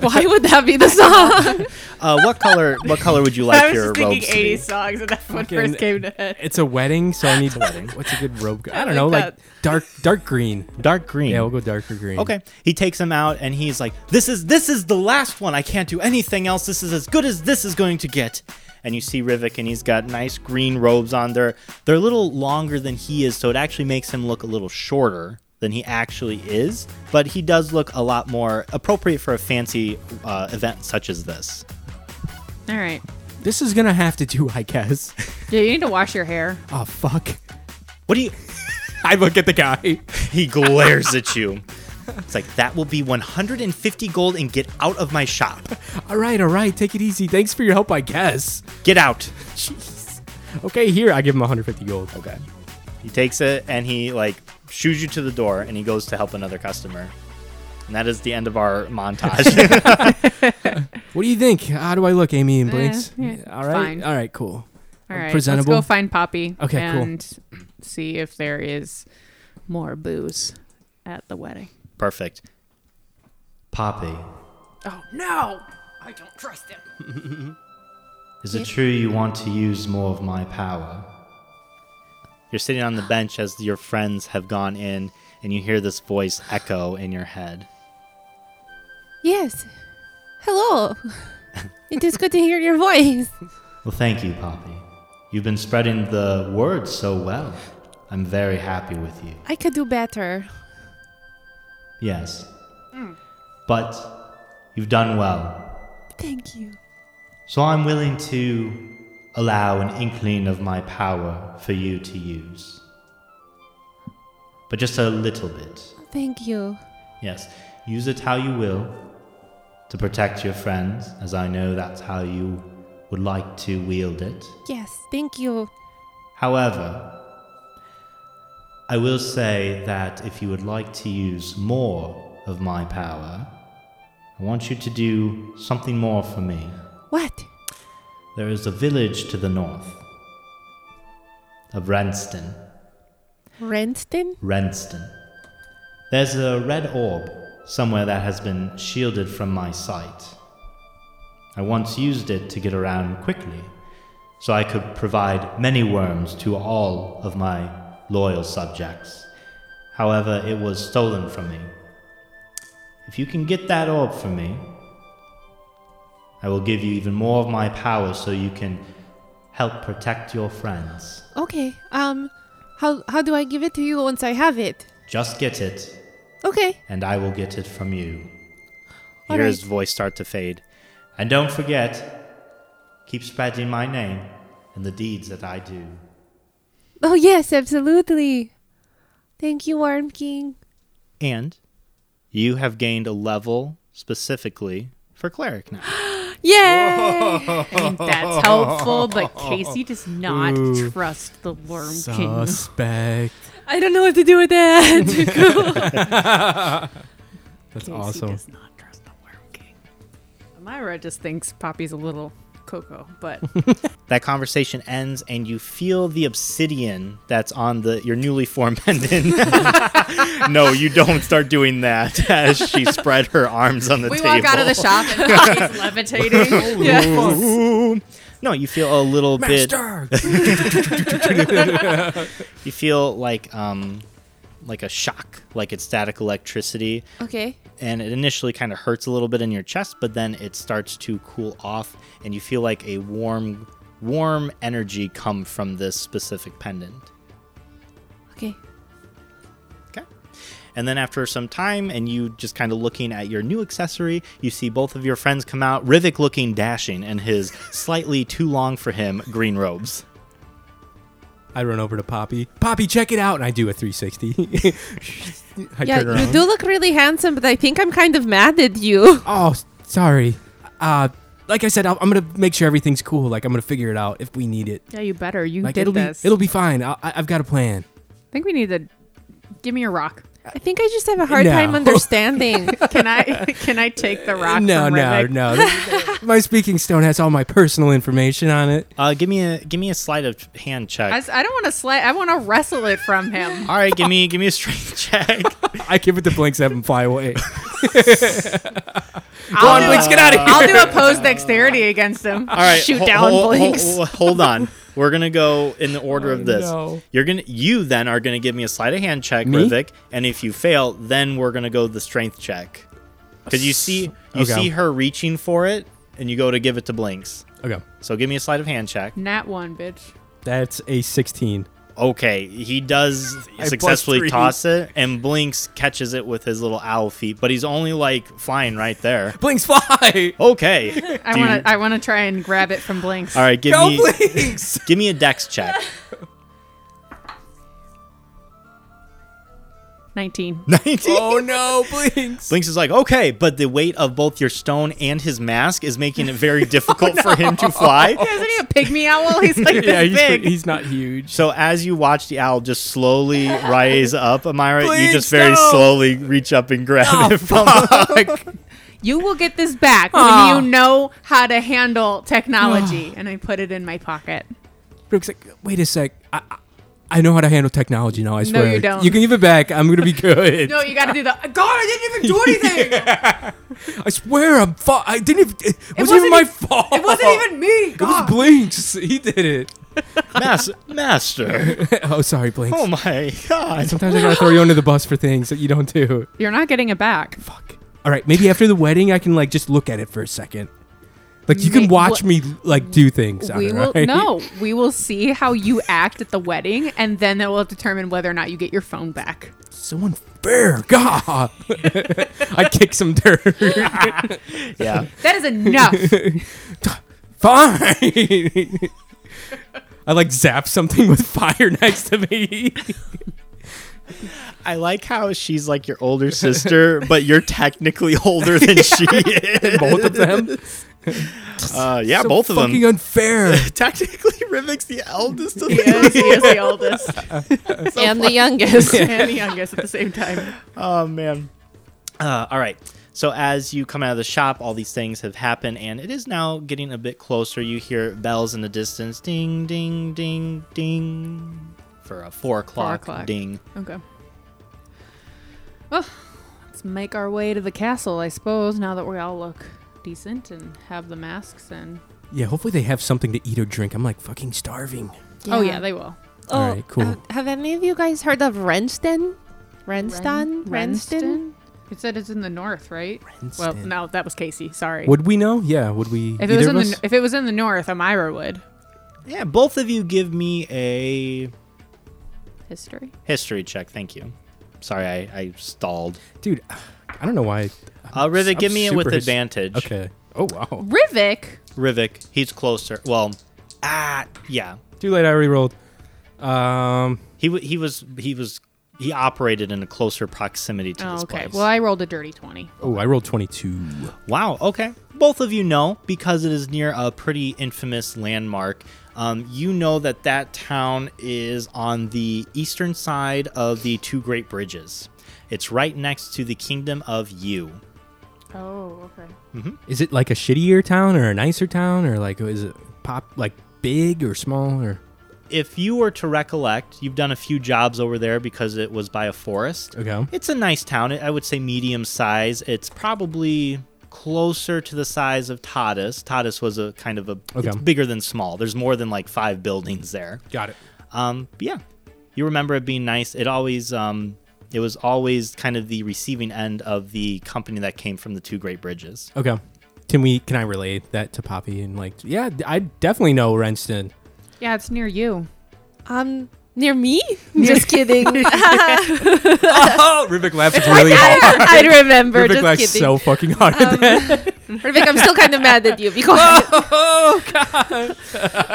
S4: Why would that be the song?
S2: Uh, what color? What color would you
S1: I
S2: like
S1: was
S2: your
S1: just thinking
S2: robes to be?
S1: 80s songs, and that one
S3: Fucking-
S1: first came to head.
S3: It's a wedding, so I need what's a good robe? I don't
S1: like
S3: know, like
S1: that.
S3: dark dark green.
S2: Dark green.
S3: Yeah, we'll go darker green.
S2: Okay. He takes him out and he's like, "This is this is the last one. I can't do anything else. This is as good as this is going to get." And you see Rivik and he's got nice green robes on. They're they're a little longer than he is, so it actually makes him look a little shorter than he actually is. But he does look a lot more appropriate for a fancy uh, event such as this.
S1: All right.
S3: This is gonna have to do, I guess.
S1: Yeah, you need to wash your hair.
S3: Oh fuck.
S2: What do you?
S3: I look at the guy.
S2: He glares at you. It's like that will be 150 gold and get out of my shop.
S3: Alright, alright, take it easy. Thanks for your help, I guess.
S2: Get out.
S3: Okay, here I give him 150 gold.
S2: Okay. He takes it and he like shoos you to the door and he goes to help another customer. And that is the end of our montage.
S3: What do you think? How do I look, Amy and Blinks?
S1: Eh, yeah,
S3: all right,
S1: fine.
S3: all right, cool.
S1: All right.
S3: presentable.
S1: Let's go find Poppy.
S3: Okay, cool.
S1: and see if there is more booze at the wedding.
S2: Perfect. Poppy,
S1: Oh no! I don't trust him.
S2: is it true you want to use more of my power? You're sitting on the bench as your friends have gone in and you hear this voice echo in your head.
S4: yes. Hello. It is good to hear your voice.
S2: Well, thank you, Poppy. You've been spreading the word so well. I'm very happy with you.
S4: I could do better.
S2: Yes. But you've done well.
S4: Thank you.
S2: So I'm willing to allow an inkling of my power for you to use. But just a little bit.
S4: Thank you.
S2: Yes, use it how you will to protect your friends, as I know that's how you would like to wield it.
S4: Yes, thank you.
S2: However, I will say that if you would like to use more of my power, I want you to do something more for me.
S4: What?
S2: There is a village to the north of Ranston.
S4: Renston?
S2: Ranston. There's a red orb somewhere that has been shielded from my sight. I once used it to get around quickly, so I could provide many worms to all of my loyal subjects. However, it was stolen from me. If you can get that orb for me, I will give you even more of my power so you can help protect your friends.
S4: Okay. Um how how do I give it to you once I have it?
S2: Just get it,
S4: Okay.
S2: and I will get it from you.
S4: All
S2: Hear his
S4: right.
S2: voice start to fade. And don't forget, keep spreading my name and the deeds that I do.
S4: Oh yes, absolutely. Thank you, Worm King.
S2: And you have gained a level specifically for cleric now.
S4: Yay!
S1: That's helpful, but Casey does not trust the worm king.
S3: Suspect.
S4: I don't know what to do with that.
S3: That's
S1: Casey
S3: awesome.
S1: does not trust the worm king. Myra just thinks Poppy's a little cocoa, but
S2: That conversation ends, and you feel the obsidian that's on the your newly formed pendant. no, you don't start doing that as she spread her arms on the
S1: we
S2: table.
S1: walk out of the shop and Poppy's
S3: Oh,
S1: levitating. yeah.
S2: no, you feel a little bit.
S3: Master.
S2: You feel like um like a shock, like it's static electricity,
S4: okay.
S2: and it initially kind of hurts a little bit in your chest, but then it starts to cool off and you feel like a warm warm energy come from this specific pendant.
S4: Okay.
S2: Okay. And then after some time and you just kind of looking at your new accessory, you see both of your friends come out, Rivik looking dashing in his slightly too long for him green robes.
S3: I run over to Poppy. Poppy, check it out, and I do a 360. I
S4: yeah,
S3: turn around.
S4: you do look really handsome, but I think I'm kind of mad at you.
S3: Oh, s- sorry. Uh, like I said, I'll, I'm gonna make sure everything's cool. Like I'm gonna figure it out if we need it.
S1: yeah, you better. You
S3: Like
S1: did
S3: it'll
S1: this.
S3: be it'll be fine. I'll, I, I've got a plan.
S1: I think we need to give me a rock.
S4: I think I just have a hard
S3: No.
S4: time understanding.
S1: Can I can I take the rock?
S3: no,
S1: from
S3: no,
S1: Rivik?
S3: no. My speaking stone has all my personal information on it.
S2: Uh, give me a give me a sleight of hand check.
S1: I, s- I don't want to slay. I want to wrestle it from him.
S2: All right, give me give me a strength check.
S3: I give it to Blinks, have him fly away.
S1: I'll
S3: on,
S1: do
S3: Blinks,
S1: a-
S3: get outta here.
S1: I'll do opposed dexterity agast him.
S2: All right,
S1: shoot
S2: ho-
S1: down
S2: ho- ho-
S1: Blinks.
S2: ho- hold on. We're gonna go in the order
S3: Oh,
S2: of this.
S3: no.
S2: You're gonna, you then are gonna give me a sleight of hand check,
S3: Me?
S2: Rivik, and if you fail, then we're gonna go the strength check. Because you see, you
S3: Okay.
S2: see her reaching for it, and you go to give it to Blinks.
S3: Okay.
S2: So give me a sleight of hand check.
S1: Nat one, bitch.
S3: That's a 16.
S2: Okay, he does
S3: plus
S2: successfully
S3: three.
S2: toss it, and Blinks catches it with his little owl feet, but he's only like flying right there.
S3: Blinks, fly!
S2: Oh, Okay,
S1: I
S2: dude.
S1: want to. I want to try and grab it from Blinks.
S2: All right, give
S3: Go,
S2: me
S3: Blinks!
S2: give me a dex check.
S1: Nineteen.
S2: Nineteen.
S3: oh no, Blinks!
S2: Blinks is like, okay, but the weight of both your stone and his mask is making it very difficult for him to fly.
S1: Isn't he a pygmy owl? He's like this
S3: yeah, he's,
S1: big.
S3: he's not huge.
S2: So as you watch the owl just slowly rise up, Amira, you
S3: Blinks,
S2: just very
S3: no!
S2: slowly reach up and grab
S3: Oh,
S2: it from
S1: you will get this back
S3: Aw.
S1: when you know how to handle technology. and I put it in my pocket.
S3: Brooks, like, wait a sec. I, I- I know how to handle technology now. I swear.
S1: you don't.
S3: You can give it back. I'm gonna be good.
S1: No, you got to do the. God, I didn't even do anything.
S3: I swear, I'm. Fu- I didn't. Even, it, wasn't,
S1: wasn't
S3: even my
S1: e-
S3: fault.
S1: It wasn't even me.
S3: It was
S1: God.
S3: Blinks. He did it.
S2: Mas- Master.
S3: oh, sorry, Blinks.
S2: Oh my god.
S3: Sometimes I gotta throw you under the bus for things that you don't do.
S1: You're not getting it back.
S3: Fuck. All right, maybe after the wedding, I can like just look at it for a second. Like you can
S1: Ma-
S3: watch
S1: wha-
S3: me like do things. on
S1: We
S3: it,
S1: will
S3: right?
S1: no. We will see how you act at the wedding, and then that will determine whether or not you get your phone back.
S3: So unfair. God. I kick some dirt.
S2: Yeah.
S1: That is enough.
S3: Fine. I like zap something with fire next to me.
S2: I like how she's like your older sister, but you're technically older than she is.
S3: Both of them.
S2: Uh, yeah,
S3: So
S2: both of
S3: fucking
S2: them.
S3: unfair.
S2: Technically, Rivik's the eldest of
S1: he, is, he is the oldest
S4: and the youngest.
S1: and the youngest at the same time.
S2: Oh man. Uh, all right. So as you come out of the shop, all these things have happened, and it is now getting a bit closer. You hear bells in the distance, ding, ding, ding, ding, for a four o'clock,
S1: o'clock.
S2: ding.
S1: Okay. Well, let's make our way to the castle, I suppose. Now that we all look decent and have the masks and
S3: Yeah, hopefully they have something to eat or drink. I'm like fucking starving.
S1: oh yeah, they will.
S4: Oh,
S3: All right, cool.
S4: uh, have any of you guys heard of Renston? Renston? Renston?
S1: It said it's in the north, right? Well,
S3: Renston.
S1: no, that was Casey. Sorry.
S3: Would we know? Yeah, would we?
S1: if it was
S3: either
S1: in
S3: of
S1: the
S3: us?
S1: n- if it was in the north, Amira would.
S2: Yeah, both of you give me a
S1: History.
S2: history check. Thank you. Sorry, I, I stalled.
S3: Dude, I don't know why.
S2: Uh, Rivik,
S3: I'm
S2: give me it with
S3: super his-
S2: advantage.
S3: Okay. Oh, wow.
S1: Rivik.
S2: Rivik, he's closer. Well, ah, yeah.
S3: Too late. I already rolled. Um,
S2: He w- he was he was he operated in a closer proximity to
S1: Oh,
S2: this
S1: okay.
S2: place.
S1: Well, I rolled a dirty twenty.
S3: oh, I rolled 22.
S2: Wow. Okay. Both of you know because it is near a pretty infamous landmark. Um, you know that that town is on the eastern side of the two great bridges. It's right next to the kingdom of Yu.
S1: Oh, okay.
S3: Is it like a shittier town or a nicer town or like is it pop like big or small or
S2: If you were to recollect, you've done a few jobs over there because it was by a forest.
S3: okay?
S2: It's a nice town. I would say medium size. It's probably closer to the size of Tadas. Tadas was a kind of a
S3: Okay.
S2: it's bigger than small. There's more than like five buildings there.
S3: Got it.
S2: Um, but yeah, you remember it being nice. It always, um, it was always kind of the receiving end of the company that came from the two great bridges.
S3: Okay. Can we? Can I relate that to Poppy and like? Yeah, I definitely know Renston.
S1: Yeah, it's near you.
S4: Um, near me? Just kidding.
S3: Oh, Rubik laughs really hard.
S4: I remember.
S3: Rubik laughs
S4: just kidding. Um,
S3: so fucking hard at that.
S4: Rivik, I'm still kind of mad at you because
S1: Oh,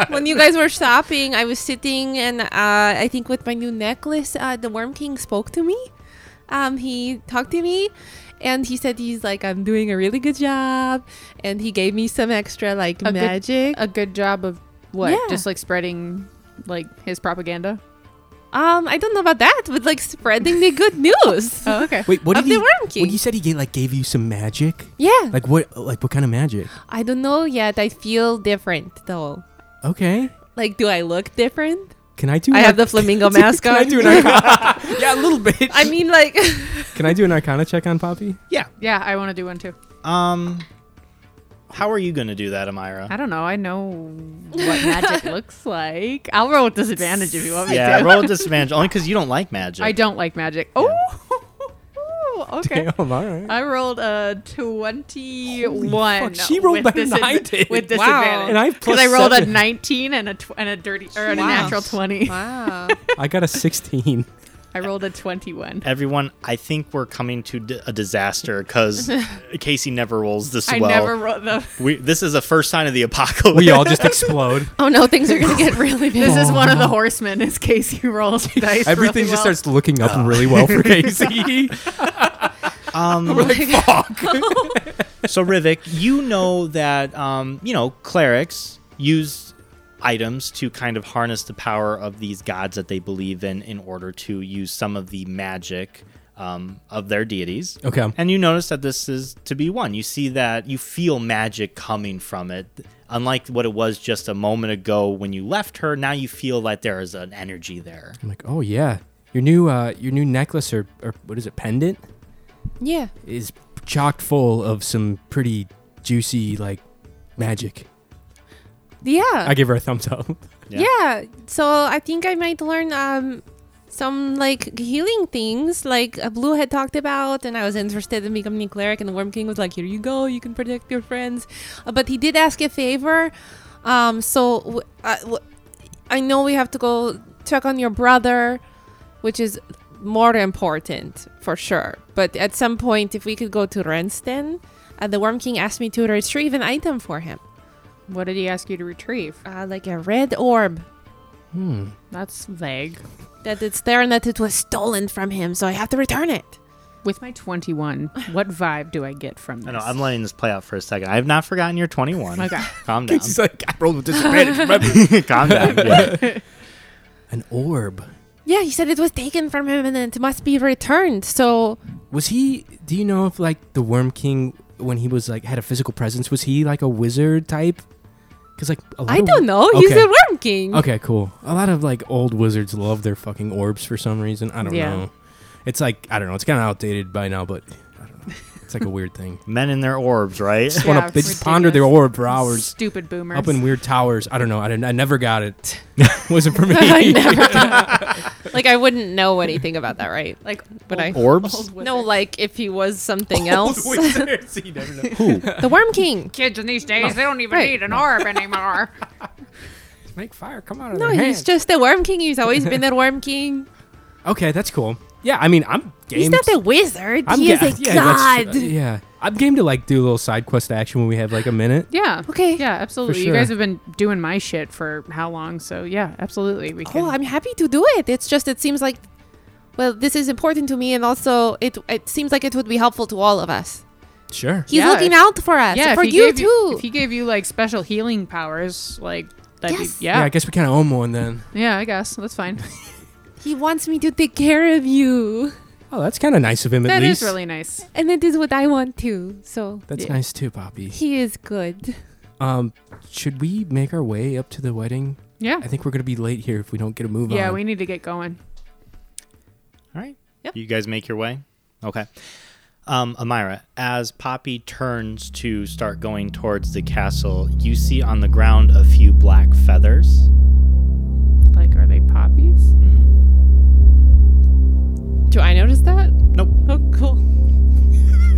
S4: when you guys were shopping, I was sitting and uh, I think with my new necklace, uh, the Worm King spoke to me. Um, he talked to me, and he said he's like, I'm doing a really good job, and he gave me some extra like
S1: A good- uh,
S4: magic.
S1: A good job of what?
S4: Yeah.
S1: Just like spreading like his propaganda.
S4: um, I don't know about that, but like spreading the good news.
S1: Oh, okay.
S3: Wait, what
S4: Of
S3: did
S4: the
S3: he?
S4: Worm King.
S3: Well, you said he gave, like gave you some magic.
S4: yeah,
S3: Like what? Like what kind of magic?
S4: I don't know yet. I feel different though.
S3: Okay.
S4: Like, do I look different?
S3: Can I do?
S4: I have
S3: arc-
S4: the flamingo mask
S3: Can I
S4: on.
S3: do an arcana? yeah, a little bit.
S4: I mean, like,
S3: Can I do an Arcana check on Poppy?
S2: Yeah.
S1: Yeah, I want to do one too.
S2: Um, how are you gonna do that, Amira?
S1: I don't know. I know what magic looks like. I'll roll with disadvantage if you want me
S2: Yeah,
S1: to.
S2: roll a disadvantage only because you don't like magic.
S1: I don't like magic. Oh, okay.
S3: Damn, Oh, all
S4: Uh,
S3: right.
S1: I rolled a twenty-one.
S3: fuck, she rolled
S1: with
S3: better than
S1: disad-
S3: I did.
S1: with
S3: Wow.
S1: disadvantage.
S3: And I have plus
S1: because I rolled
S3: seven.
S1: a nineteen and a tw- and a dirty or a natural twenty.
S4: wow.
S3: I got a 16.
S1: I rolled a twenty-one.
S2: Everyone, I think we're coming to d- a disaster because Casey never rolls this
S1: I
S2: well.
S1: never rolled the.
S2: we, this is a first sign of the apocalypse.
S3: We all just explode.
S4: Oh no, things are gonna get really big.
S1: This is one of the horsemen. Is Casey rolls dice?
S3: Everything
S1: really
S3: just
S1: well.
S3: starts looking up really well for Casey.
S2: um,
S3: We're like, fuck.
S2: so Rivik, you know that um, you know clerics use items to kind of harness the power of these gods that they believe in in order to use some of the magic um, of their deities.
S3: Okay.
S2: And you notice that this is to be one. You see that you feel magic coming from it. Unlike what it was just a moment ago when you left her, now you feel like there is an energy there.
S3: I'm like, oh yeah, your new uh, your new necklace or, or what is it, pendant,
S4: yeah.
S3: is chock full of some pretty juicy like magic.
S4: Yeah.
S3: I give her a thumbs up.
S2: Yeah.
S4: yeah. So I think I might learn um some like healing things like uh, Blue had talked about, and I was interested in becoming a cleric. And the Worm King was like, "Here you go, you can protect your friends," Uh, but he did ask a favor. Um, so w- I, w- I know we have to go check on your brother, which is more important for sure. But at some point, if we could go to Renston, uh, the Worm King asked me to retrieve an item for him,
S1: What did he ask you to retrieve?
S4: uh, like a red orb.
S3: Hmm.
S1: That's vague.
S4: that it's there and that it was stolen from him, so I have to return it.
S1: With my 21, what vibe do I get from this? Oh
S2: I know, I'm letting this play out for a second. I have not forgotten your 21.
S1: Okay.
S2: Calm down.
S3: She's like, I rolled with disadvantage. remember?"
S2: Calm down. Yeah.
S3: An orb.
S4: Yeah, he said it was taken from him and it must be returned. So
S3: Was he? Do you know if like the Worm King when he was like had a physical presence? Was he like a wizard type? Because like a lot
S4: I
S3: of-
S4: don't know. He's
S3: Okay.
S4: a worm king.
S3: Okay, cool. A lot of like old wizards love their fucking orbs for some reason. I don't
S1: Yeah.
S3: know. It's like I don't know. It's kind of outdated by now, but I don't know. It's like a weird thing.
S2: Men in their orbs, right?
S3: Just wanna-
S1: Yeah,
S3: they just ponder their
S1: ridiculous.
S3: orb for hours
S1: Stupid boomers.
S3: up in weird towers. I don't know. I, didn't, I never got it. Wasn't for me.
S4: I never- like I wouldn't know anything about that, right? Like, but
S3: Oh,
S4: I
S2: Orbs?
S4: no, like if he was something else.
S2: Who?
S4: the worm king.
S1: kids in these days, they don't even
S4: Right.
S1: need an orb anymore.
S3: Make fire come out of
S4: No, he's just a worm king. He's always been a worm king.
S3: okay. That's cool. Yeah, I mean, I'm game.
S4: He's not a wizard.
S3: I'm
S4: he
S3: ga-
S4: is a
S3: yeah, that's-
S4: god.
S3: uh, yeah, I'm game to like do a little side quest action when we have like a minute.
S1: yeah.
S4: Okay.
S1: Yeah, absolutely. You
S3: sure.
S1: guys have been doing my shit for how long? So, yeah, absolutely. We can.
S4: Oh, I'm happy to do it. It's just it seems like, well, this is important to me, and also it it seems like it would be helpful to all of us.
S3: Sure.
S4: He's
S1: Yeah,
S4: looking
S1: if-
S4: out for us,
S1: yeah,
S4: for
S1: if he
S4: you
S1: gave
S4: too.
S1: If he gave you like special healing powers, like that'd
S4: Yes.
S1: be
S3: Yeah, I
S1: yeah,
S3: guess we kind of own one then.
S1: yeah. I guess that's fine.
S4: he wants me to take care of you,
S3: Oh, that's kind of nice of him. At
S1: that
S3: least
S1: is really nice.
S4: and it is what I want to. So
S3: That's
S1: Yeah.
S3: nice too, Poppy.
S4: he is good.
S3: Um, should we make our way up to the wedding?
S1: Yeah,
S3: I think we're gonna be late here if we don't get a move on.
S1: yeah. We need to get going.
S2: All right.
S4: Yep.
S2: You guys make your way. Okay. Um, Amira, as Poppy turns to start going towards the castle, you see on the ground a few black feathers.
S1: Like, are they poppies? Mm-hmm.
S4: Do I notice that?
S2: Nope.
S4: Oh, cool.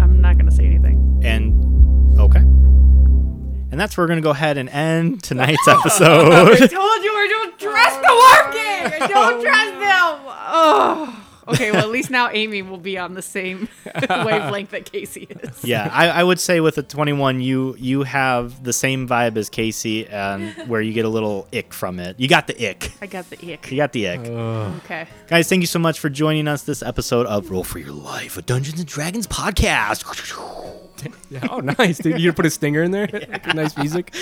S1: I'm not gonna say anything.
S2: And okay. And that's where we're going to go ahead and end tonight's episode.
S1: Told you we don't trust the working. Don't trust them. Oh. Okay. Well, at least now Amy will be on the same wavelength that Casey is.
S2: yeah, I, I would say with a 21, you you have the same vibe as Casey, um, where you get a little ick from it. You got the ick.
S1: I got the ick.
S2: You got the ick.
S1: Okay.
S2: Guys, thank you so much for joining us this episode of Roll for Your Life, a Dungeons and Dragons podcast.
S3: Yeah, Oh, nice, dude. You put a stinger in there. Like, nice music.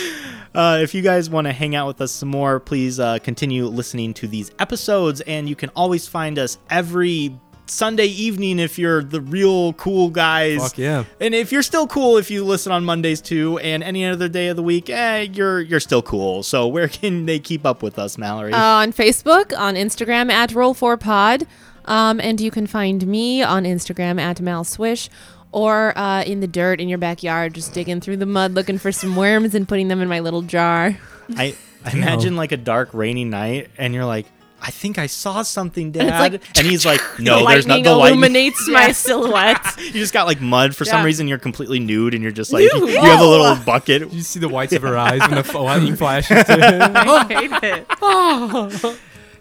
S2: Uh, if you guys want to hang out with us some more, please uh, continue listening to these episodes. And you can always find us every Sunday evening if you're the real cool guys.
S3: Fuck yeah.
S2: And if you're still cool if you listen on Mondays too, and any other day of the week, eh, you're you're still cool. So where can they keep up with us, Mallory?
S4: Uh, on Facebook, on Instagram at Roll4Pod. Um, and you can find me on Instagram at MalSwish or uh, in the dirt in your backyard, just digging through the mud looking for some worms and putting them in my little jar.
S2: I, I imagine like a dark rainy night, and you're like, I think I saw something, Dad.
S4: like,
S2: and he's like,
S4: The
S2: No, there's not
S4: lightning
S2: the lightning.
S4: illuminates my silhouette.
S2: You just got like mud for some
S4: Yeah.
S2: reason. You're completely nude, and you're just like, you have a little bucket.
S3: You see the whites of her eyes when the f- lightning flashes. to-
S1: I hate it.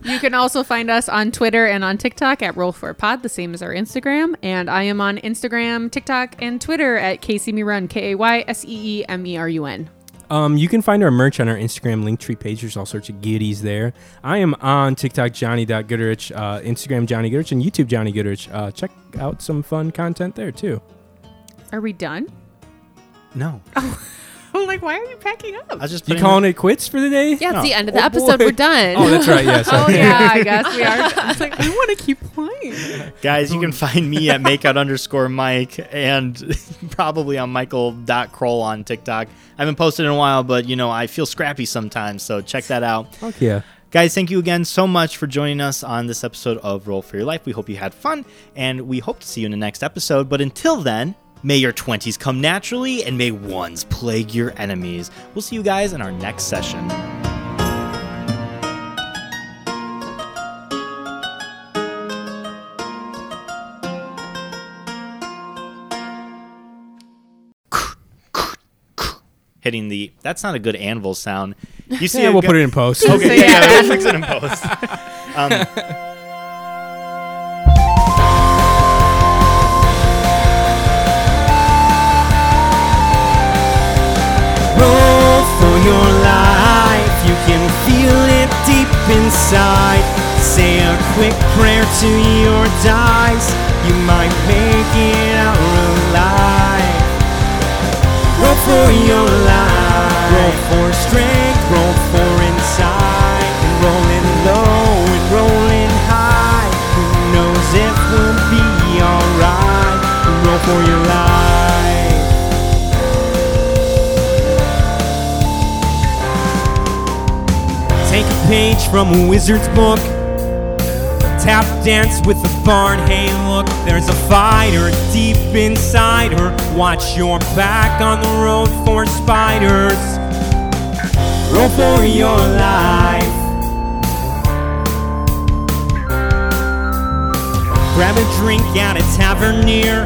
S1: You can also find us on Twitter and on TikTok at Roll4Pod, the same as our Instagram. And I am on Instagram, TikTok, and Twitter at KSeeMeRun, K A Y S E E M E R U N.
S3: um, you can find our merch on our Instagram Linktree page. There's all sorts of goodies there. I am on TikTok, Johnny.Gooderich, uh, Instagram, Johnny Gooderich, and YouTube, Johnny Gooderich. Uh, check out some fun content there, too.
S1: Are we done?
S2: No,
S1: I'm like, why are you packing
S2: I
S1: up?
S2: was just
S3: You
S2: putting
S3: calling it quits for the day?
S4: Yeah, it's
S2: Oh.
S4: the end of the
S3: Oh,
S4: episode.
S3: boy.
S4: We're done.
S3: Oh, that's right. Yes.
S1: Oh yeah, I guess we are. I was like, I want to keep playing.
S2: Guys, you can find me at makeout underscore Mike and probably on michael.kroll on TikTok. I haven't posted in a while, but you know, I feel scrappy sometimes, so check that out.
S3: Fuck yeah.
S2: Guys, thank you again so much for joining us on this episode of Roll for Your Life. We hope you had fun, and we hope to see you in the next episode. But until then, may your 20s come naturally, and may ones plague your enemies. We'll see you guys in our next session. Hitting the that's not a good anvil sound. You see,
S3: Yeah,
S2: a
S3: we'll
S2: gu-
S3: put it in post.
S2: Okay,
S1: So,
S2: yeah,
S1: yeah.
S2: we'll fix it in post. Um,
S6: roll for your life. You can feel it deep inside. Say a quick prayer to your dice. You might make it out alive. Roll for your life. Roll for strength. Roll for insight. And rolling low and rolling high. Who knows if we'll be alright? Roll for your life. Take a page from a wizard's book. Tap dance with the bard. Hey, look, there's a fighter deep inside her. Watch your back on the road for spiders. Roll for your life. Grab a drink at a tavern near.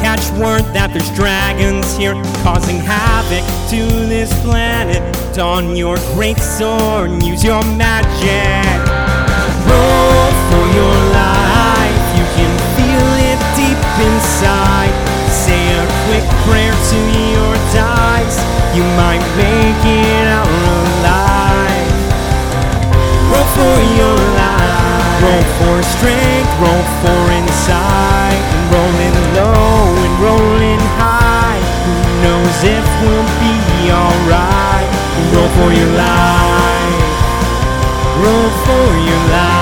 S6: Catch word that there's dragons here causing havoc to this planet. Don your great sword and use your magic. Roll for your life, you can feel it deep inside. Say a quick prayer to your dice, you might make it out alive. Roll for your life. Roll for strength. Roll for insight. And rolling low and rolling high. Who knows if we'll be alright? Roll for your life. Roll for your life.